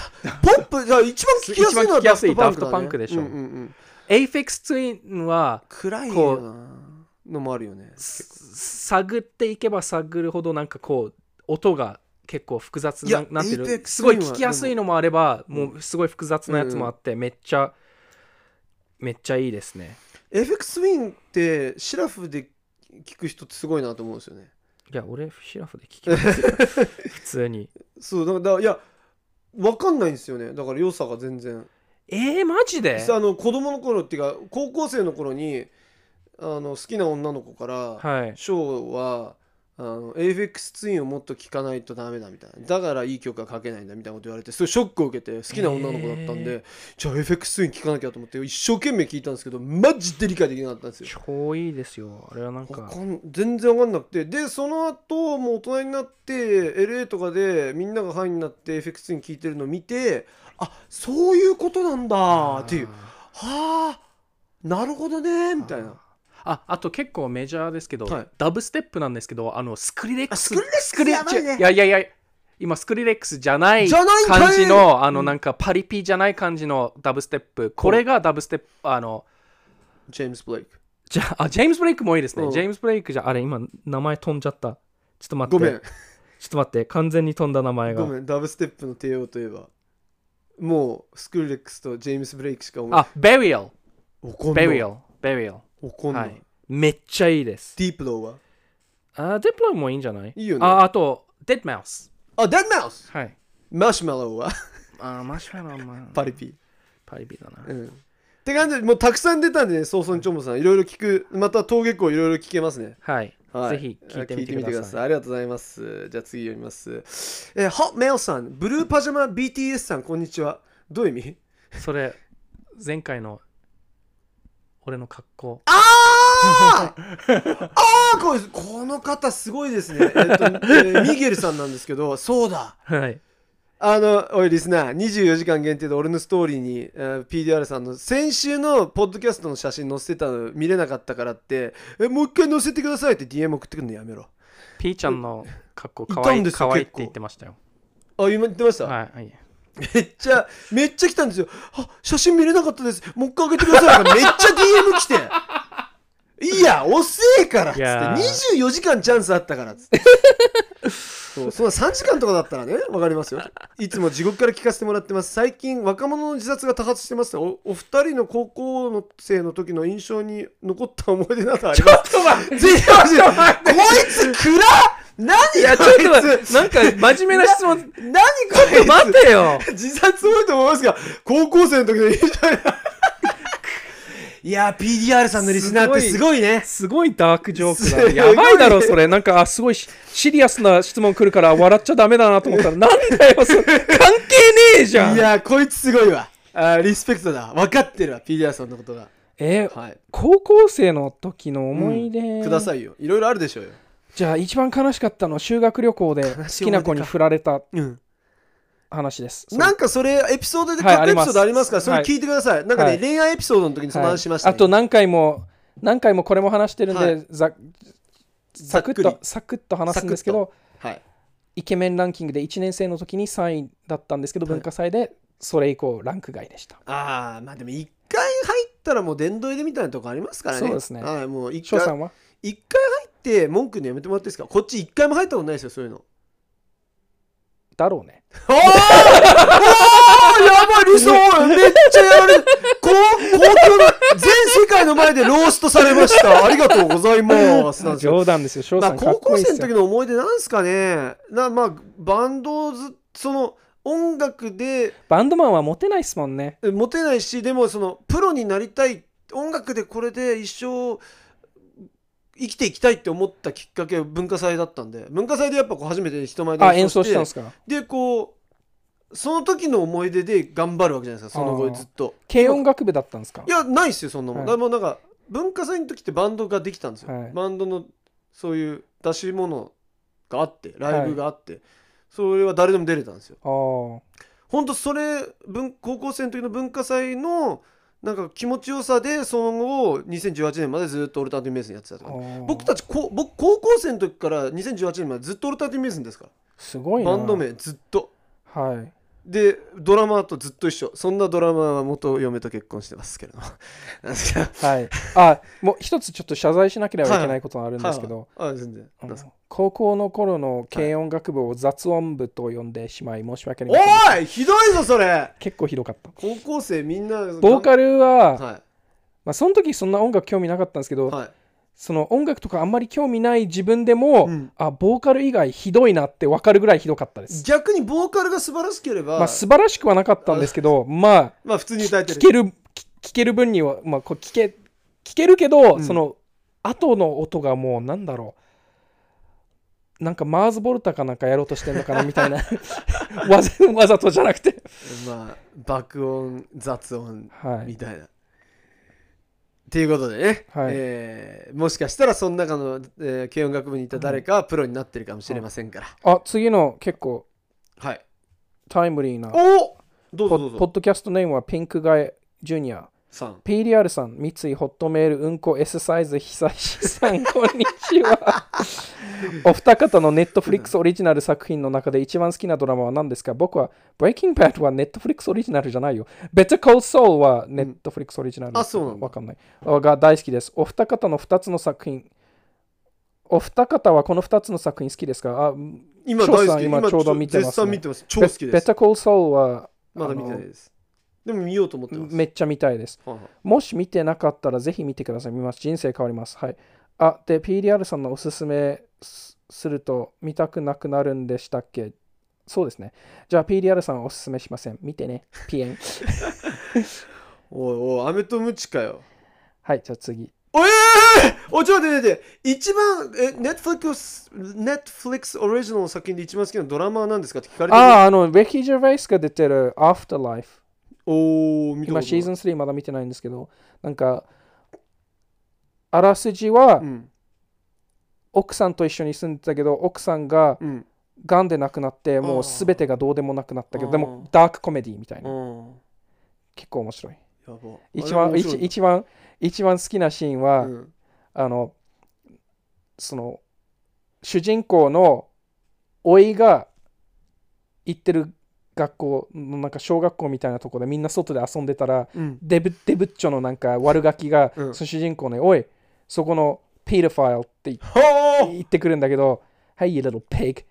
ポップじゃあ一番聞きやすいの一番は聞きやすいだねダフトパンクでしょうんうんうん、 AFEX Twin は暗いこようなのもあるよねす探っていけば探るほどなんかこう音が結構複雑いやななってる Apex すごいには聞きやすいのもあればでももうすごい複雑なやつもあってめっちゃめっちゃいいですね FX ウィンってシラフで聞く人ってすごいなと思うんですよね いや俺シラフで聞きますよ普通 にそうだからいやわかんないんですよねだから良さが全然えー、マジで実はあの子供の頃っていうか高校生の頃にあの好きな女の子からはいショーはあの AFX ツインをもっと聴かないとダメだみたいなだからいい曲は書けないんだみたいなこと言われてすごいショックを受けて好きな女の子だったんで、へじゃあ AFX ツイン聴かなきゃと思って一生懸命聴いたんですけどマジで理解できなかったんですよ超いいですよあれはなんわかかん全然わかんなくてでその後もう大人になって LA とかでみんながハイになって FX に聴いてるのを見てあそういうことなんだっていうあはあなるほどねーみたいなああと結構メジャーですけど、はいダブステップなんですけどあのスクリレックあススクリレックスやばいねいやいやいや今スクリレックスじゃないじゃないんかい感じのあうのんなんかパリピじゃない感じのダブステップこれがダブステップあのジェームス・ブレイクじゃあ、あジェームズ・ブレイクもいいですうね。んジェームズ・ブレイクじゃ、あれ、今、名前飛んじゃった。ちょっと待って。ごちめん。ょっと待って、完全に飛んだ名前ごが。めんダブステップの帝王といえばもうスクーレックスとジェームス・ブレイクしか思いあ、ベリアル、怒んなベいリアル、ベリアル。怒んなはい、いめっちゃいいです。ディープローはあ、デプロイもいいんじゃないいいよねあ、あと、デッドマウス。あデッドマウスはい。マシュマローはあ、マシュマロマン。パリピパリビだなう。んって感じでもうたくさん出たんでね早々にチョモさんいろいろ聞くまた登下校いろいろ聞けますねはい。はいぜひ聞いてみてください。ありがとうございます。じゃあ次読みます。えー、ホッメルさん、ブルーパジャマ BTS さん、こんにちは。どういう意味それ、前回の俺の格好。ああああこれこの方すごいですね。えっと、えーミゲルさんなんですけど、そうだ。はい。あの、おい、リスナー、24時間限定で俺のストーリーに、えー PDR さんの先週のポッドキャストの写真載せてたの見れなかったからって、えもう一回載せてくださいって DM 送ってくるのやめろ。ピーちゃんの格好、いかわいいたんでい、すよかわいいっ結て構言ってましたよ。あ、今言ってました、はいはい。めっちゃ、めっちゃ来たんですよ。あ、写真見れなかったです。もう一回上げてください。めっちゃ DM 来て。いや、遅えからっついって。や24時間チャンスあったからっつって。そうそんな3時間とかだったらね、わかりますよ。いつも地獄から聞かせてもらってます。最近、若者の自殺が多発してます。おお二人の高校の生の時の印象に残った思い出などありますちょっと待っぜひ、こいつ、暗っ何こいついや、ちょっと待って、なんか真面目な質問。何こいつ待てよ。自殺多いと思いますが高校生の時の印象にいやー PDR さんのリスナーってすごいねすごいダークジョークすごだ。いやばいだろ、それ。なんか、あすごいしシリアスな質問来るから笑っちゃダメだなと思ったら、なんだよ、それ関係ねえじゃいん。やーこいつすごいわあーリスペクトだ分かってるわ PDR さんのことがえ、はい高校生の時の思い出、くださいよいろいろあるでしょうよじゃあ、一番悲しかったのは修学旅行で好しいきな子に振られたうん、話です。それなんかそれエピソードではい各エピソードあありりまますすからそれはい聞いてください、なんかね、はい恋愛エピソードの時にその話しました、はいあと何回も何回もこれも話してるんで、はいざざっざくくっりとサクッと話すんですけどはい、イケメンランキングで1年生の時に3位だったんですけど、文化祭でそれ以降ランク外でしたああまあでも一回入ったらもう殿堂入りみたいなとこありますからねそうですねはいもう一翔回さんは一回入って文句のやめてもらっていいですかこっち一回も入ったことないですよそういうのだろうねおーおーやばい、リスおいめっちゃやられる。こ公共の、全世界の前でローストされました。ありがとうございます。なんですよ冗談ですよ翔まさあ、んか高っこ校いいっ生のす時よの思い出なんすかね。なまあ、バンドをず、その、音楽でバンドマンはモテないっすもんねえモテないし、でも、その、プロになりたい、音楽でこれで一生、生きていきたいって思ったきっかけは文化祭だったんで、文化祭でやっぱこう初めて人前であ演奏したんですかでこうその時の思い出で頑張るわけじゃないですかその後あーずっと軽音楽部だったんですかいやないっすよそんなもはいん、だからもうなんか文化祭の時ってバンドができたんですよ、はいバンドのそういう出し物があってライブがあって、それは誰でも出れたんですよあーほんとそれ文高校生の時の文化祭のなんか気持ちよさでその後2018年までずっとオルタナティブメイスンやってたとあかー僕たちこう僕高校生の時から2018年までずっとオルタナティブメイスンですかすごいらなバンド名ずっとはいでドラマーとずっと一緒そんなドラマーは元嫁と結婚してますけれど もなんですけどはいあもう一つちょっと謝罪しなければいけないことがあるんですけど、はいはいあ全然あなのんすか高校の頃の軽音楽部を雑音部と呼んでしまい申し訳ありませんおいひどいぞそれ結構ひどかった高校生みんなボーカルは、はまあ、その時そんな音楽興味なかったんですけど、いはいその音楽とかあんまり興味ない自分でも、うんあボーカル以外ひどいなって分かるぐらいひどかったです、逆にボーカルが素晴らしければまあ、素晴らしくはなかったんですけどまあまあ普通に歌えて聞るけるき聞ける分には、まあ、こう聞け聞けるけど、うんその後の音がもうなんだろうなんかマーズボルタかなんかやろうとしてんのかなみたい なわざわざとじゃなくて、まあ爆音雑音はみい、たいなっていうことでね、はいえーもしかしたらその中の、えー軽音楽部にいた誰かはプロになってるかもしれませんから、あ次の結構はいタイムリーなポおどうぞどうぞポッドキャストネームはピンクガイジュニアさん PDR さん、三井ホットメールうんこ S サイズ久石さん、こんにち は。お二方の Netflix オリジナル作品の中で一番好きなドラマは何ですか僕は Breaking Bad は Netflix オリジナルじゃないよ。Better Call Saul は Netflix オリジナル、あそうなんだわかんない。が大好きです。お二方の二つの作品。お二方はこの二つの作品好きですかあ今翔大さ好んき今ちょうど見てますね絶賛見てます超好きです Better Call Saul はまだ見てないですでも見ようと思ってますめっちゃ見たいです。はいはいもし見てなかったらぜひ見てください。見ます。人生変わります。はい。あ、で、PDR さんのおすすめすすると見たくなくなるんでしたっけそうですね。じゃあ PDR さんはおすすめしません。見てね。ピエン。 おいおいアメとムチかよはい、じゃあ次。おええおちょっと待って待って待って一番えネットフリックスネットフリックスオリジナルの作品で一番好きなドラマは何ですかって聞かれてるああ、あの、ベッキー・ジェフェイスが出てる Afterlife。おー見たことな今いシーズン3まだ見てないんですけど、なんか、あらすじはうん奥さんと一緒に住んでたけど、奥さんがうん癌で亡くなって、もあうー全てがどうでもなくなったけど、でもあーダークコメディみたいな。うん結構面白い。やば一あ番れ面一白い一番一番好きなシーンは、うんあのその主人公の甥いが行ってる学校のなんか小学校みたいなとこでみんな外で遊んでたらうんデブデブッチョのなんか悪ガキが、うんその主人公に「おいそこのピードファイル」って ほー言ってくるんだけど「Hey you little pig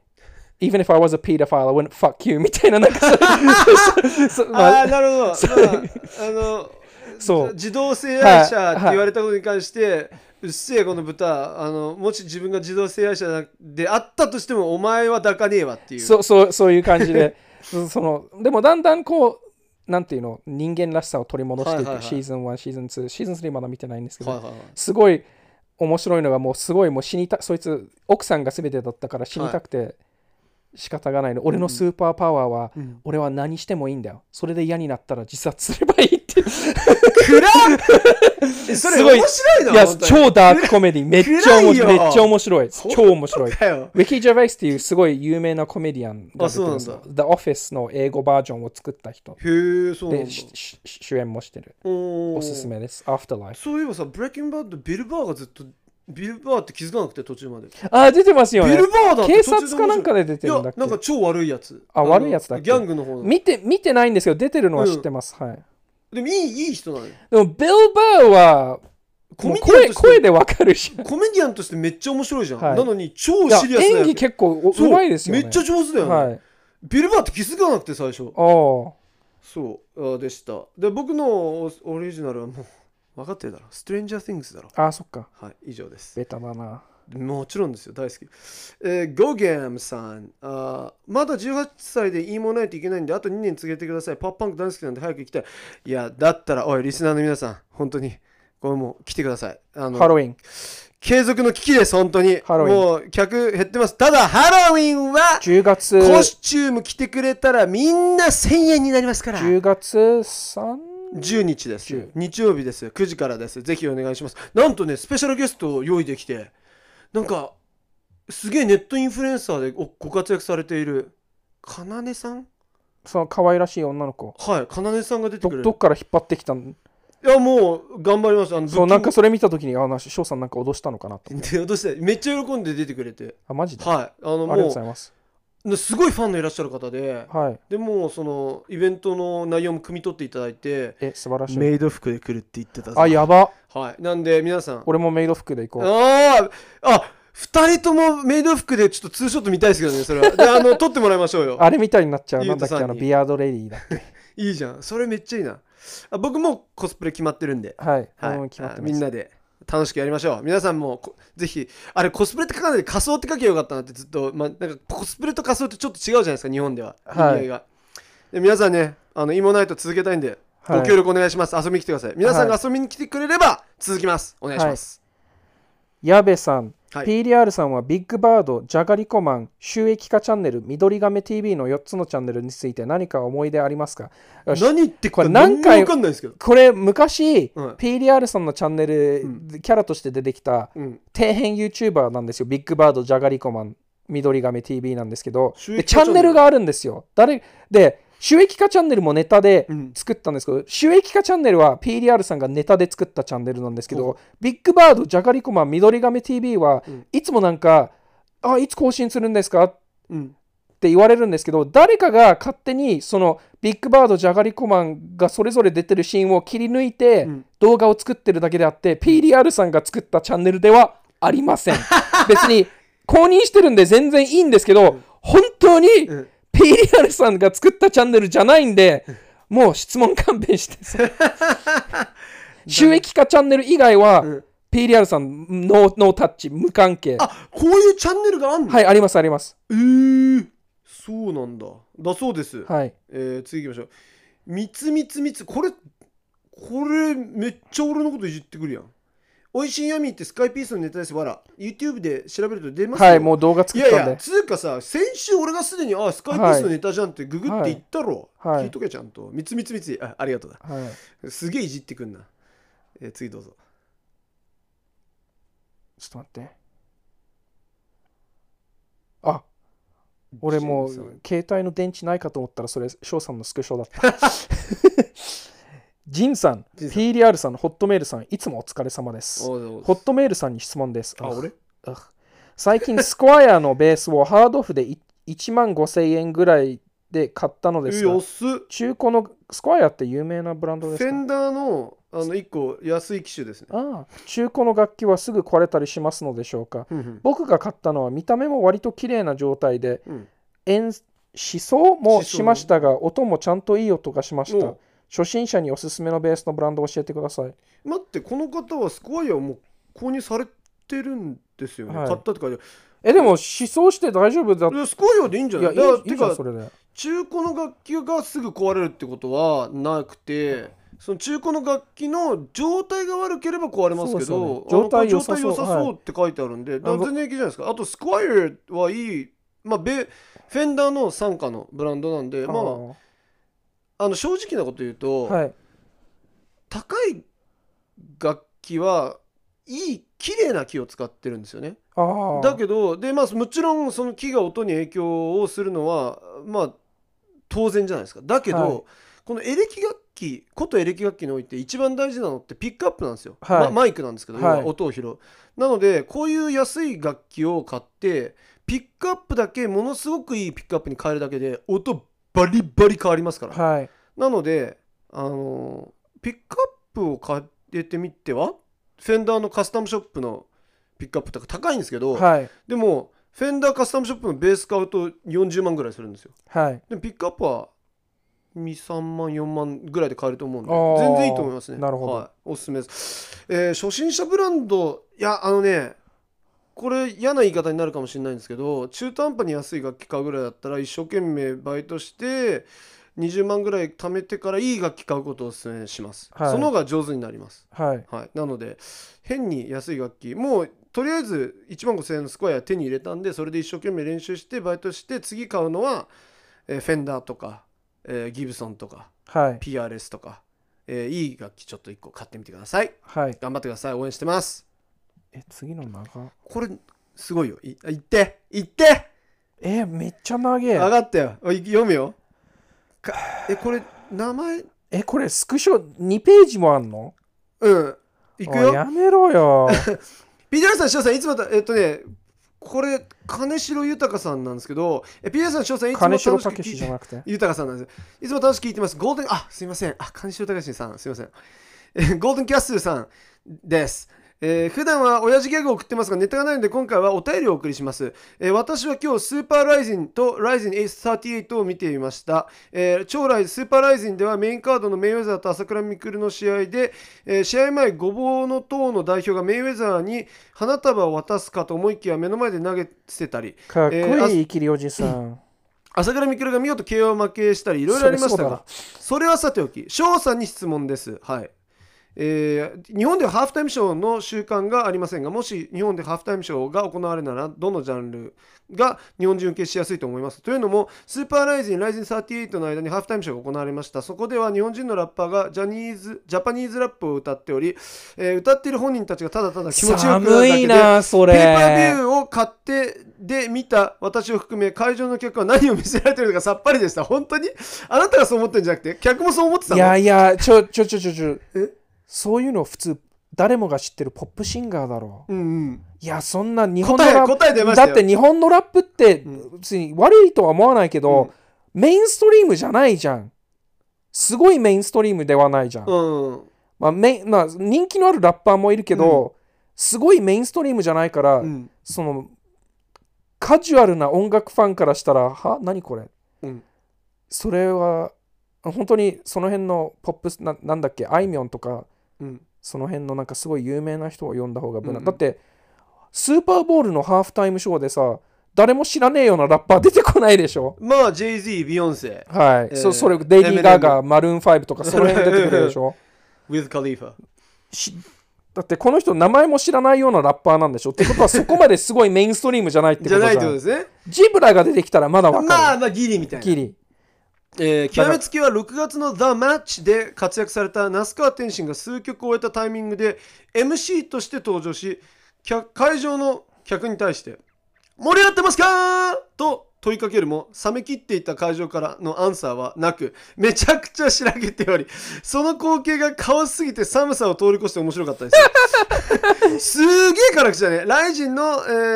even if I was a pedophile I wouldn't fuck you」みたいななんか そそそまあああなるほ どまああのそう自動性愛者ってはい言われたことに関して、うっせえこの豚あのもし自分が自動性愛者であったとしてもお前は抱かねえわっていうそうそうそういう感じで そそのでもだんだんこうなんていうの人間らしさを取り戻していく、はいはいはいシーズン1シーズン2シーズン3まだ見てないんですけど、はいはいはいすごい面白いのがもうすごいもう死にたそいつ奥さんが全てだったから死にたくて仕方がないの、俺のスーパーパワーは、ん俺は何してもいいんだよそれで嫌になったら自殺すればいいってえ それすごい面白いのいや本当に超ダークコメディめっちゃ面白暗いいよめっちゃ面白い超面白いだよウィキー・ジャベイスっていうすごい有名なコメディアンが出てるんですあよそ The Office の英語バージョンを作った人へえそうなんでだしし主演もしてるおーおすすめです。Afterlife。そういえばさブレイキングバッドビルバーがずっとビルバーって気づかなくて途中まであ、出てますよビねル。バーだって警察かなんかで出ているやんだっけなんか超悪いやつあの悪いやつだっけギャングの方なの見て見てないんですよ。出てるのは知ってます。はい。でもいいいい人なのよでも、ビル・バーはコもうメディアン声として声でわかるし。コメディアンとしてめっちゃ面白いじゃん、はいなのに超いやシリアスな演やつ技結構うそうまいですよね。めっちゃ上手だよね、はい。ビルバーって気づかなくて最初おそうあでしたで僕のオオリジナルはもう分かってるだろストレンジャー・ティングスだろあ、あ、そっか。はい以上ですベタだな。もちろんですよ、大好き。えーゴーゲームさんあー、まだ18歳でいいもんないといけないんで、あと2年告げてください。パッパンク大好きなんで早く行きたい。いや、だったら、おい、リスナーの皆さん、本当に、これもう来てください。あハのロウィン。継続の危機です、本当に。ハロウィンもう客減ってます。ただ、ハロウィンは、 10月、コ10スチューム着てくれたらみんな1000円になりますから。月 3? 10日です10。日曜日です。9時からです。ぜひお願いします。なんとね、スペシャルゲストを用意できて、なんか、すげえネットインフルエンサーでごご活躍されている、かなねさんその可愛らしい女の子。はい、かなねさんが出てどくれどるっ。から引っ張ってきたんいや、もう、頑張ります。あの、そう、ブなッんキンかそれ見たときに、あ、な、翔さんなんか脅したのかなと思って。グ どうしてめっちゃ喜んで出てくれて。あ、マジで。あはい、あの、りがとうごもざいます。う、すごいファンのいらっしゃる方で、はい。でもう、その、イベントの内容も汲み取っていただいて、え、素晴らしい。イド服で来るって言ってたあ、やば。はい。なんで、皆さん、俺もメイド服で行こあああ二人ともメイド服でちょっとツーショット見たいですけどねそ れはであの撮ってもらいましょうう。よあれみたいになっちゃう。ゆなうんとだっけ、さんあにの、ビアードレディーだ。いいじゃんそれめっちゃいいなあ僕もコスプレ決まってるん で、はい。はいうん決まってあます。みんなで楽しくやりましょう皆さんもこぜひあれコスプレって書かないで仮装って書けばよかったなってずっと、まあ、なんかコスプレと仮装ってちょっと違うじゃないですか日本では、はい意味合がで皆さんねあのイモナイト続けたいんではいご協力お願いします、遊びに来てください皆さんが遊びに来てくれれば続きますお願いします、矢部さん、はい PDR さんはビッグバード、ジャガリコマン、収益化チャンネル、緑亀 TV の4つのチャンネルについて何か思い出ありますかよし何言ってっこかれ何何も分回かんないですけどこれ昔、うん PDR さんのチャンネル、キャラとして出てきた、うん底辺 YouTuber なんですよ。ビッグバード、ジャガリコマン、緑亀 TV なんですけど、収益で化チャンネルがあるんですよ。誰で、収益化チャンネルもネタでうん作ったんですけど、収益化チャンネルは PDR さんがネタで作ったチャンネルなんですけど、ビッグバード、じゃがりこマン、緑亀 TV は、んいつもなんか、あ、いつ更新するんですかうんって言われるんですけど誰かが勝手にそのビッグバードじゃがりこマンがそれぞれ出てるシーンを切り抜いてうん動画を作ってるだけであって PDR さんが作ったチャンネルではありま せん別に公認してるんで全然いいんですけど本当にうん PDR さんが作ったチャンネルじゃないんでもう質問勘弁して 収益化チャンネル以外はうん PDR さんノーノータッチ無関係はあこういうチャンネルがあんの、いありますありますえー、そうなんだだそうです、はいえー、次行きましょうみつみつみつこれこれめっちゃ俺のこといじってくるやんおいしい闇ってスカイピースのネタですわら YouTube で調べると出ますよはいもう動画作いったやんいでやつうかさ先週俺がすでにあスカイピースのネタじゃんってググって言ったろ、はいはい聞いとけちゃんとみつみつみつあありがとうはいだすげえいじってくんな、えー次どうぞちょっと待って。あ俺もジェーうム携帯の電池ないかと思ったらそれ翔さんのスクショだった。 ジンさん、ジンさん PDR さん、ホットメールさん、いつもお疲れ様です。さんおうホットメールさんに質問です。ああ俺あ最近、スコアヤーのベースをハードオフで1万5000円ぐらいで買ったのですが、安っ中古のスコアヤーって有名なブランドですフェかンダーのあの1個安い機種ですね。ああ中古の楽器はすぐ壊れたりしますのでしょうかうんうん僕が買ったのは見た目も割と綺麗な状態でうん演思想もしましたが音もちゃんといい音がしましおた初心者におすすめのベースのブランドを教えてください待って、この方はスコアイアをもう購入されてるんですよね。はい買ったって書いてえでも思想して大丈夫だあるいやスコアイアでいいんじゃいなやいいだからいいていじゃんかそ、れで中古の楽器がすぐ壊れるってことはなくて、その中古の楽器の状態が悪ければ壊れますけそうど、ですよね状態あの良さそう状態はいって書いてあるんで、だからあの全然いいじゃないですか。あと、スコアイアはいい、まあ、ベフェンダーの傘下のブランドなんで、あまーあ、あの正直なこと言うと、はい高い楽器はいい綺麗な木を使ってるんですよねあーだけどで、まあ、もちろんその木が音に影響をするのはまあ当然じゃないですかだけど、はいこのエレキ楽器ことエレキ楽器において一番大事なのってピックアップなんですよ、はいまマイクなんですけど、はい要は音を拾うなのでこういう安い楽器を買ってピックアップだけものすごくいいピックアップに変えるだけで音バリバリ変わりますから、はいなので、あのピックアップを買えてみてはフェンダーのカスタムショップのピックアップとか高いんですけど、はいでもフェンダーカスタムショップのベース買うと40万ぐらいするんですよはいでもピックアップは23万4万ぐらいで買えると思うんであー全然いいと思いますねなるほどはい、おすすめです、えー初心者ブランドいやあのねこれ嫌な言い方になるかもしれないんですけど中途半端に安い楽器買うぐらいだったら一生懸命バイトして20万ぐらい貯めてからいい楽器買うことをおすすめします、はいその方が上手になりますはいはい、なので変に安い楽器もうとりあえず1万5000円のスコアや手に入れたんでそれで一生懸命練習してバイトして次買うのは、えーフェンダーとか、えーギブソンとかはい PRS とか、えーいい楽器ちょっと1個買ってみてくださいはい頑張ってください応援してますえ次の長これすごいよいあ行って行ってえめっちゃ長上えがったよおい読むよかえこれ名前えこれスクショ2ページもあんのうん行くおいよやめろ よピザさん、翔さん、いつもた、えっとね、これ、金城豊さんなんですけど、えピザさん、翔さん、いつも金楽しく城聞い武じゃなくて豊さんなんですよ。いつも楽しく聞いてます。ゴールデン、あ、すいません。あ、金城隆さん、すいません。えゴールデンキャッスルさんです。えー普段は親父ギャグを送ってますが、ネタがないので、今回はお便りをお送りします。えー私は今日、スーパーライジンとライジン S38 を見ていました。えー将来、スーパーライジンではメインカードのメイウェザーと朝倉未来の試合で、えー試合前、ごぼうの塔の代表がメイウェザーに花束を渡すかと思いきや、目の前で投げ捨てたり、かっこいい、えーあイキリおじさん。朝倉未来が見事 KO 負けしたりいろいろありましたそりゃそうだがそれはさておき翔さんに質問ですはい、えー日本ではハーフタイムショーの習慣がありませんがもし日本でハーフタイムショーが行われるならどのジャンルが日本人受けしやすいと思いますというのもスーパーライズンライズン38の間にハーフタイムショーが行われましたそこでは日本人のラッパーがジャニーズジャパニーズラップを歌っており、えー歌っている本人たちがただただ気持ちよくなる寒だけいでなそペれーパービューを買ってで見た私を含め会場の客は何を見せられてるのかさっぱりでした本当にあなたがそう思ってるんじゃなくて客もそう思ってたいのやいや、ちょ、ちょ、ちょ、ちょ、ちょえ、そういうの普通、誰もが知ってるポップシンガーだろう。うんうんいや、そんな日本の答えラッ答え出プ、ましただよって日本のラップってう、別に悪いとは思わないけど、メインストリームじゃないじゃん。すごいメインストリームではないじゃん。うんまあ、メインまあ、人気のあるラッパーもいるけど、すごいメインストリームじゃないから、うんそのカジュアルな音楽ファンからしたらは何これ、うんそれは本当にその辺のポップスななんだっけあいみょんとかうんその辺のなんかすごい有名な人を呼んだ方が無難、うんだってスーパーボールのハーフタイムショーでさ誰も知らねえようなラッパー出てこないでしょまあ JZ ビヨンセはい、えーそそれデイリー・ガガマルーン5とかその辺出てくるでしょ with カリーファしだってこの人名前も知らないようなラッパーなんでしょってことはそこまですごいメインストリームじゃないってこじとゃじゃなんいってことですねジブラが出てきたらまだわかる、まあまあギリみたいなギリえーだ極からめつきは6月の「The Match」で活躍された那須川天心が数曲を終えたタイミングで MC として登場し客会場の客に対して「盛り上がってますか?」と問いかけるも冷め切っていた会場からのアンサーはなくめちゃくちゃしらけておりその光景がカオスすぎて寒さを通り越して面白かったですすげえ辛口だね。ライジンの、え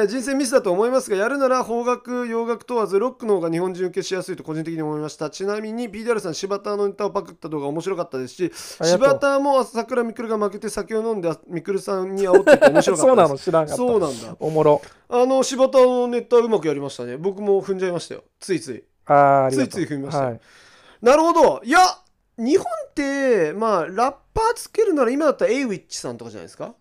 ー人生ミスだと思いますが、やるなら邦楽、洋楽問わず、ロックの方が日本人受けしやすいと個人的に思いました。ちなみに、PDR さん、柴田のネタをパクった動画面白かったですし、ありがとう柴田も朝倉みくるが負けて酒を飲んで、みくるさんに煽ってて面白 かそうったなです。の知らんかったそうなんだ。おもろあの、柴田のネタうまくやりましたね。僕も踏んじゃいましたよ。ついつい。あーありがとうついつい踏みましたよはいなるほど。いや、日本って、まあ、ラッパーつけるなら、今だったら a ウィッチさんとかじゃないですか。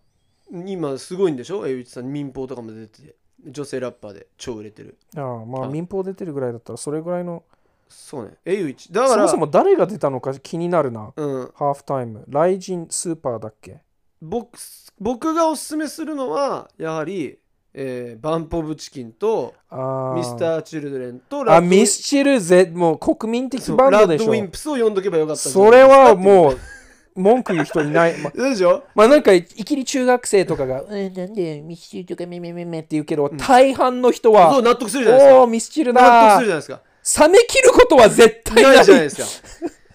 今、すごいんでしょ a ウィッチさん、民放とかも出てて、女性ラッパーで超売れてる。あーまあはい民放出てるぐらいだったらそれぐらいのそうね。a ウィッチ。だかそら、もそも誰が出たのか気になるなうん、ハーフタイムライジンスーパーだっけ僕僕がおすすめするのは、やはり、えーバンポブチキンと、あーミスター・チルドレンとあドウィミスチルぜもう国民的そうバンラドッでしドウょィンプスを読んどけばよかったんじゃなそいれですかはもう文句言う人いないま そうでしょまあなんかいきり中学生とかが「うんなんでミスチルとかめめめめ」って言うけど大半の人そはう、納得「するじゃないですか。おおミスチル納得だするじゃないですか。冷め切ることは絶対ないじゃないないですか。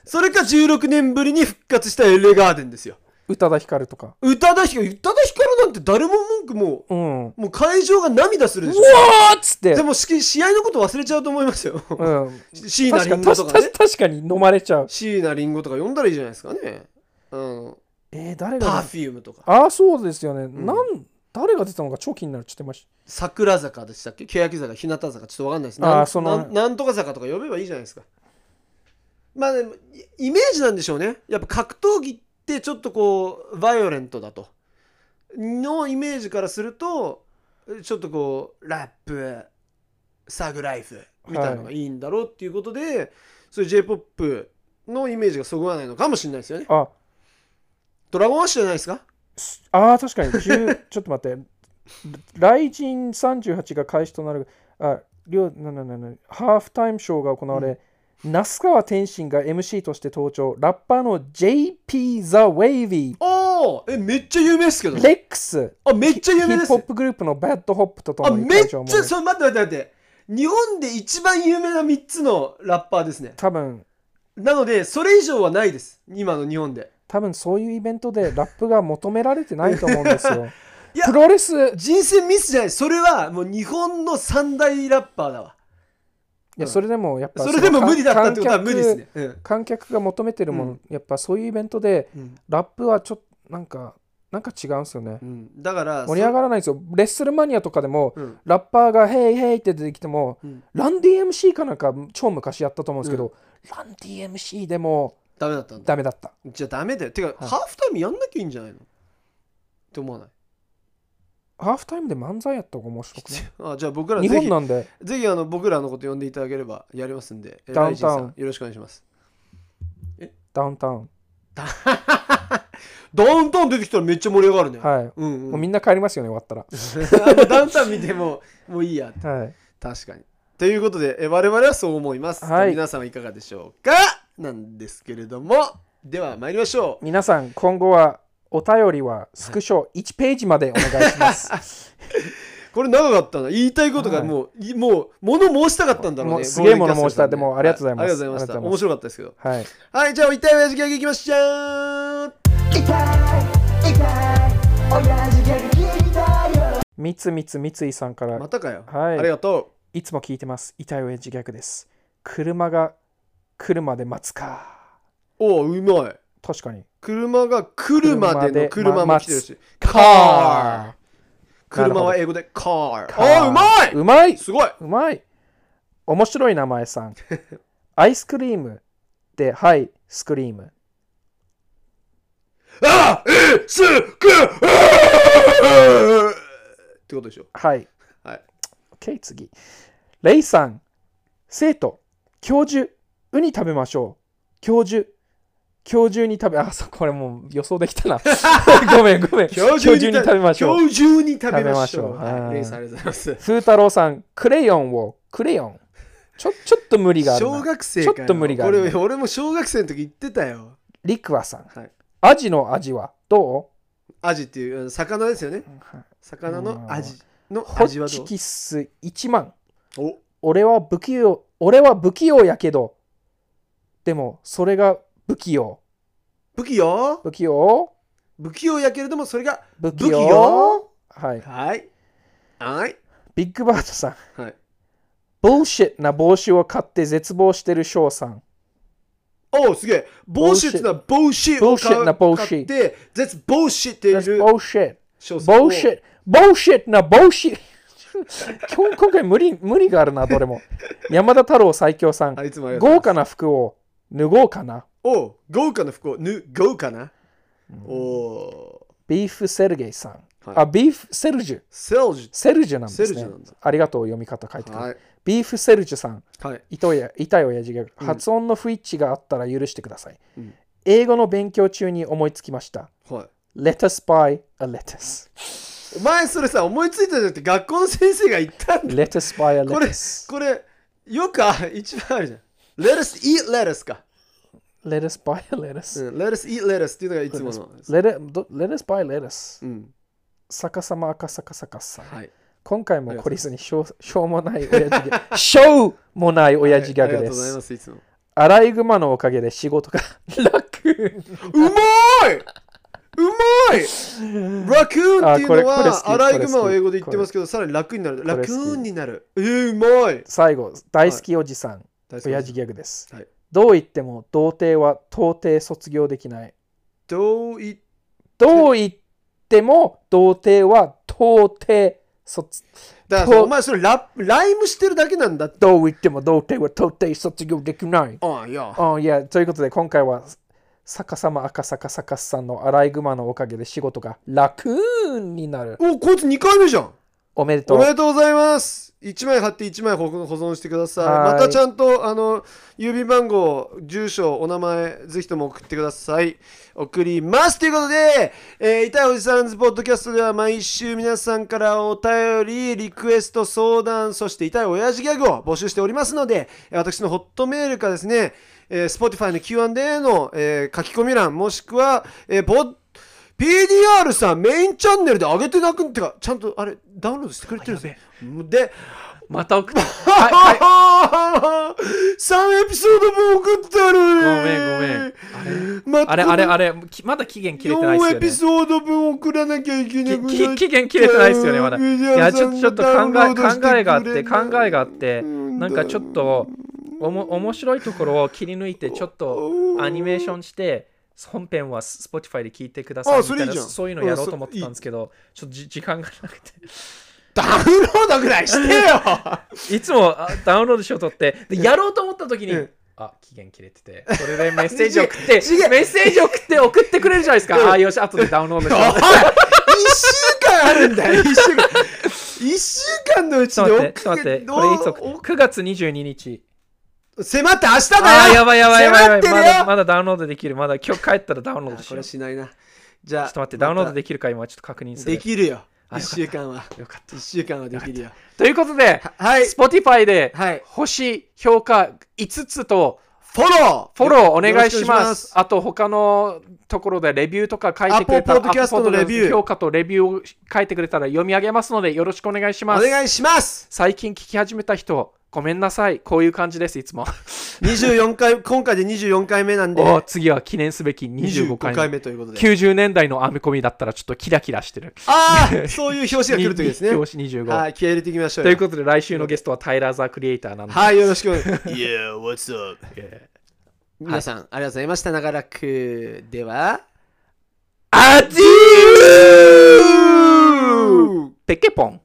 それか16年ぶりに復活した LA ガーデンですよ。宇多田ヒカルとか宇多田ヒカル、宇多田ヒカルなんて誰も文句もうんう、もう会場が涙するでしうょ。わーっつって。でもし試合のこと忘れちゃうと思います よ。うん、椎名確林か確檎とかかね。確かに飲まれちゃう。椎名林檎とか呼んだらいいじゃないですかね。うん。えー、誰パがフュームとか。ああ、そうですよね。なん誰が出たのか超気になるちょっとまし桜坂でしたっけ欅坂、日向坂、ちょっとわかんないです。あーなんそのなんなんとか坂とか呼べばいいじゃないですか。まあでも、イイメージなんでしょうね。やっぱ格闘技ってちょっとこう、バイオレントだと。のイメージからすると、ちょっとこう、ラップ、サグライフみたいなのがいいんだろうっていうことで、そういう J-POP のイメージがそぐわないのかもしれないですよね。あドラゴンアッシュじゃないですかあー確かに10 ちょっと待って。雷神38が開始となる。あ両ななななハーフタイムショーが行われ、那須川天心が MC として登場。ラッパーの JP The Wavy、ああえ、めっちゃ有名ですけどね。レックス、あ、めっちゃヒ有名ッでプすホよッ。プグループのバッドホップととあもにめっ会ち場ゃもそれ待って待って待って日本で一番有名な3つのラッパーですね多分なのでそれ以上はないです今の日本で多分そういうイベントでラップが求められてないと思うんですよいや。プロレ ス、い人生ミスじゃないそれはもう日本の三大ラッパーだわやそれでもやっぱそれでもの無理だったってことは観無客理ですね、うん観客が求めてるもの、うやっぱそういうイベントでうんラップはちょっとなんかなんか違うんですよねう。ん、だから盛り上がらないんですよ。レッスルマニアとかでも、うんラッパーが「ヘイヘイ」って出てきても、うんランディ MC かなんか超昔やったと思うんですけど、ランディ MC でもダメだったんだダメだった。じゃあダメだよてか、はいハーフタイムやんなきゃいいんじゃないのって思わないハーフタイムで漫才やった方が面白くないあじゃあ僕ら日ぜ本ひなんでぜひあの僕らのこと呼んでいただければやりますんでえダウンタウンライジンさんよろしくお願いしますダウンタウン。ダウンタウン出てきたらめっちゃ盛り上がるね。はい、うんもう。うんみんな帰りますよね終わったら ダウンタウン見ても、もういいや。はい確かに。ということで、え我々はそう思います。はい皆さんはいかがでしょうかなんですけれども、では参りましょう。皆さん今後はお便りはスクショ1ページまでお願いし ます。これ長かったな。言いたいことがもう、いもう、物申したかったんだろうもね。うすげえゴールデンキャ物申ストさんねしたでもありがとうございますはありがとうございまありしがとた。うございます面白かったですけど。はい。はい、じゃあ、痛い親父ギャグいきましょう痛い痛い親父ギャグ聞いたよ三つ三つ三井さんから、またかよ。はいありがといつも聞いてます。痛い親父逆です。車が車で待つか。う。おう、うまい。確かに。車が来るまでの車車もま来てるし。カ車は英語で car。ーああ、うまいうまいすごいうまい面白い名前 さん。アイスクリームで、はい、スクリーム。あえすくってことでしょ。はい。はい。 OK、次。レイさん、生徒、教授、ウニ食べましょう。教授、教授に食べ、あ、そう、これもう予想できた な。ごめん、ごめん。教授に食べましょう。今日中に食べましょう。食べましょうは。はいいレイさんありがとうございます。風太郎さん、クレヨンを、クレヨン。ちょ、ちょっと無理がある小な。学生かよちょっと無理がある俺俺も小学生の時言ってたよ。リクワさん、はいアジの味はどアジっていうあの魚ですよね。う魚のアジのホ味はッどチうキス1万。お俺は不器用、俺は不器用やけど。でも、それが不器用。不器用不器用不器用やけれどもそれが不器不器用用はい。はい。はい。ビッグバードさん。はい。ボーシェッな帽子を買って絶望してる翔さん。おおすげえボーシットなボーシットを買 Bullshit な bullshit 買って絶ボーシットいボるーシェッ少数ボーシェッボーシェッな帽子 今日今回無理無理があるな、どれ も。山田太郎最強さんあ。いつもありがとう豪華な服を脱ごうかな。おう豪華な服をぬ豪華な、おおビーフセルゲイさん。はいあ、ビーフセルジュ。セルジセルジュなんですセルねジュなんだ。ありがとう、読み方書いてくれはいビーフセルジュさん。はい痛い痛い親父が発音の不一致があったら許してください。うん英語の勉強中に思いつきました。はい Let us buy a lettuce. お前それさ思いついたんじゃなくて学校の先生が言ったんだ Let us buy a これ lettuce. これよくあ一番あるじゃん Let us eat lettuce か、 Let us buy a lettuce. うん、Let us eat lettuce っていうのがいつもの Let, it- ど let us buy a lettuce. うん逆さま赤逆逆さ。はい今回も懲りずにしょうしょうもない親父ギャ グ。しょうもない親父ギャあグりでがとうございすま。すいつもアライグマのおかげで仕事が 楽。うまいうまいラクーンっていうのあこれこれ好はきアライグマを英語で言っこてれ好きますけどさらに楽になるラれ好クきーンになるえー、うまい最後、大好きおじさん、大好き親父ギャグです、はいどう言っても童貞は到底卒業できない。どういどう言っても 童貞は到底卒だからさお前それラライムしてるだけなんだってどう言っても童貞は到底卒業できない。ああいやあいや、ということで今回は逆さま赤坂逆さんのアライグマのおかげで仕事が楽になる。おこいつ2回目じゃんおめでとおうめ。でとうございます1枚貼って1枚保保存してくださいはーいまたちゃんとあの郵便番号住所お名前ぜひとも送ってください送りますということで、えー、痛いおじさんズポッドキャストでは毎週皆さんからお便りリクエスト相談そして痛い親父ギャグを募集しておりますのでえー私のホットメールかですね、えー、Spotify の Q&A の、えー書き込み欄もしくは、えー、ポッ PDR さんメインチャンネルで上げてなくんってかちゃんとあれダウンロードしてくれてるんですよでまた送った。はいはいは3エピソードも送っごたるめんごめん。あれまあれあれあれ、きまだ期限切れてない4エでピすよね。ソード分送らなきゃいけなくなっきちゃうき期限切れてないですよね、まだ。いや、ちょちょっと考え考えがあって、考えがあって、なんかちょっと、おも面白いところを切り抜いて、ちょっとアニメーションして、本編は Spotify で聞いてくださいあみそたいれいいなじゃんそういうのやろうと思ってたんですけど、ちょっとじ時間がなくて。ダウンロードぐらいし てよいつもあダウンロードしようとって、でやろうと思った時に、うんあ、期限切れてて、それでメッセージ送って違う違う、メッセージ送って送ってくれるじゃないですか。ああ、よし、後でダウンロードしおいよう。一週間あるんだよ一週間一週間のうちちょにっと待って、ちょっと待送って、どこれいつう送っ ?9 月22日。迫って明日あだーよやばいやばいやばいやばい迫ってまるよだまだダウンロードできるまだ今日帰ったらダウンロードあしこよれうしないな。じちょゃあ、っと待ってダウンロードでできるか今ちょっと確認するできるよ。あ1よかった週間は。よかった1週間はできるよ。ということで、ははい。 Spotify ではい。星、評価5つとフォローフォローお願いしよろくお願ます。あと他のところでレビューとか書いてくれたら Apple Podcast のレビュー Apple Podcast 評価とレビューを書いてくれたら読み上げますのでよろしくお願いしおます。願いします最近聞き始めた人、ごめんなさい。こういう感じです、いつも。 !24 回、 今回で24回目なんで、お次は記念すべき25 25回回目ということで。 90年代の編み込みだったらちょっとキラキラしてる。ああそういう表紙が来るときですね。表紙25。はい、気合入れていきましょうというよ。ことで、来週のゲストはタイラー・ザ・クリエイターなので、はい、よろしくお願い Yeah, what's up? 皆さん、ありがとうございました。長らく。では、アディーペケポン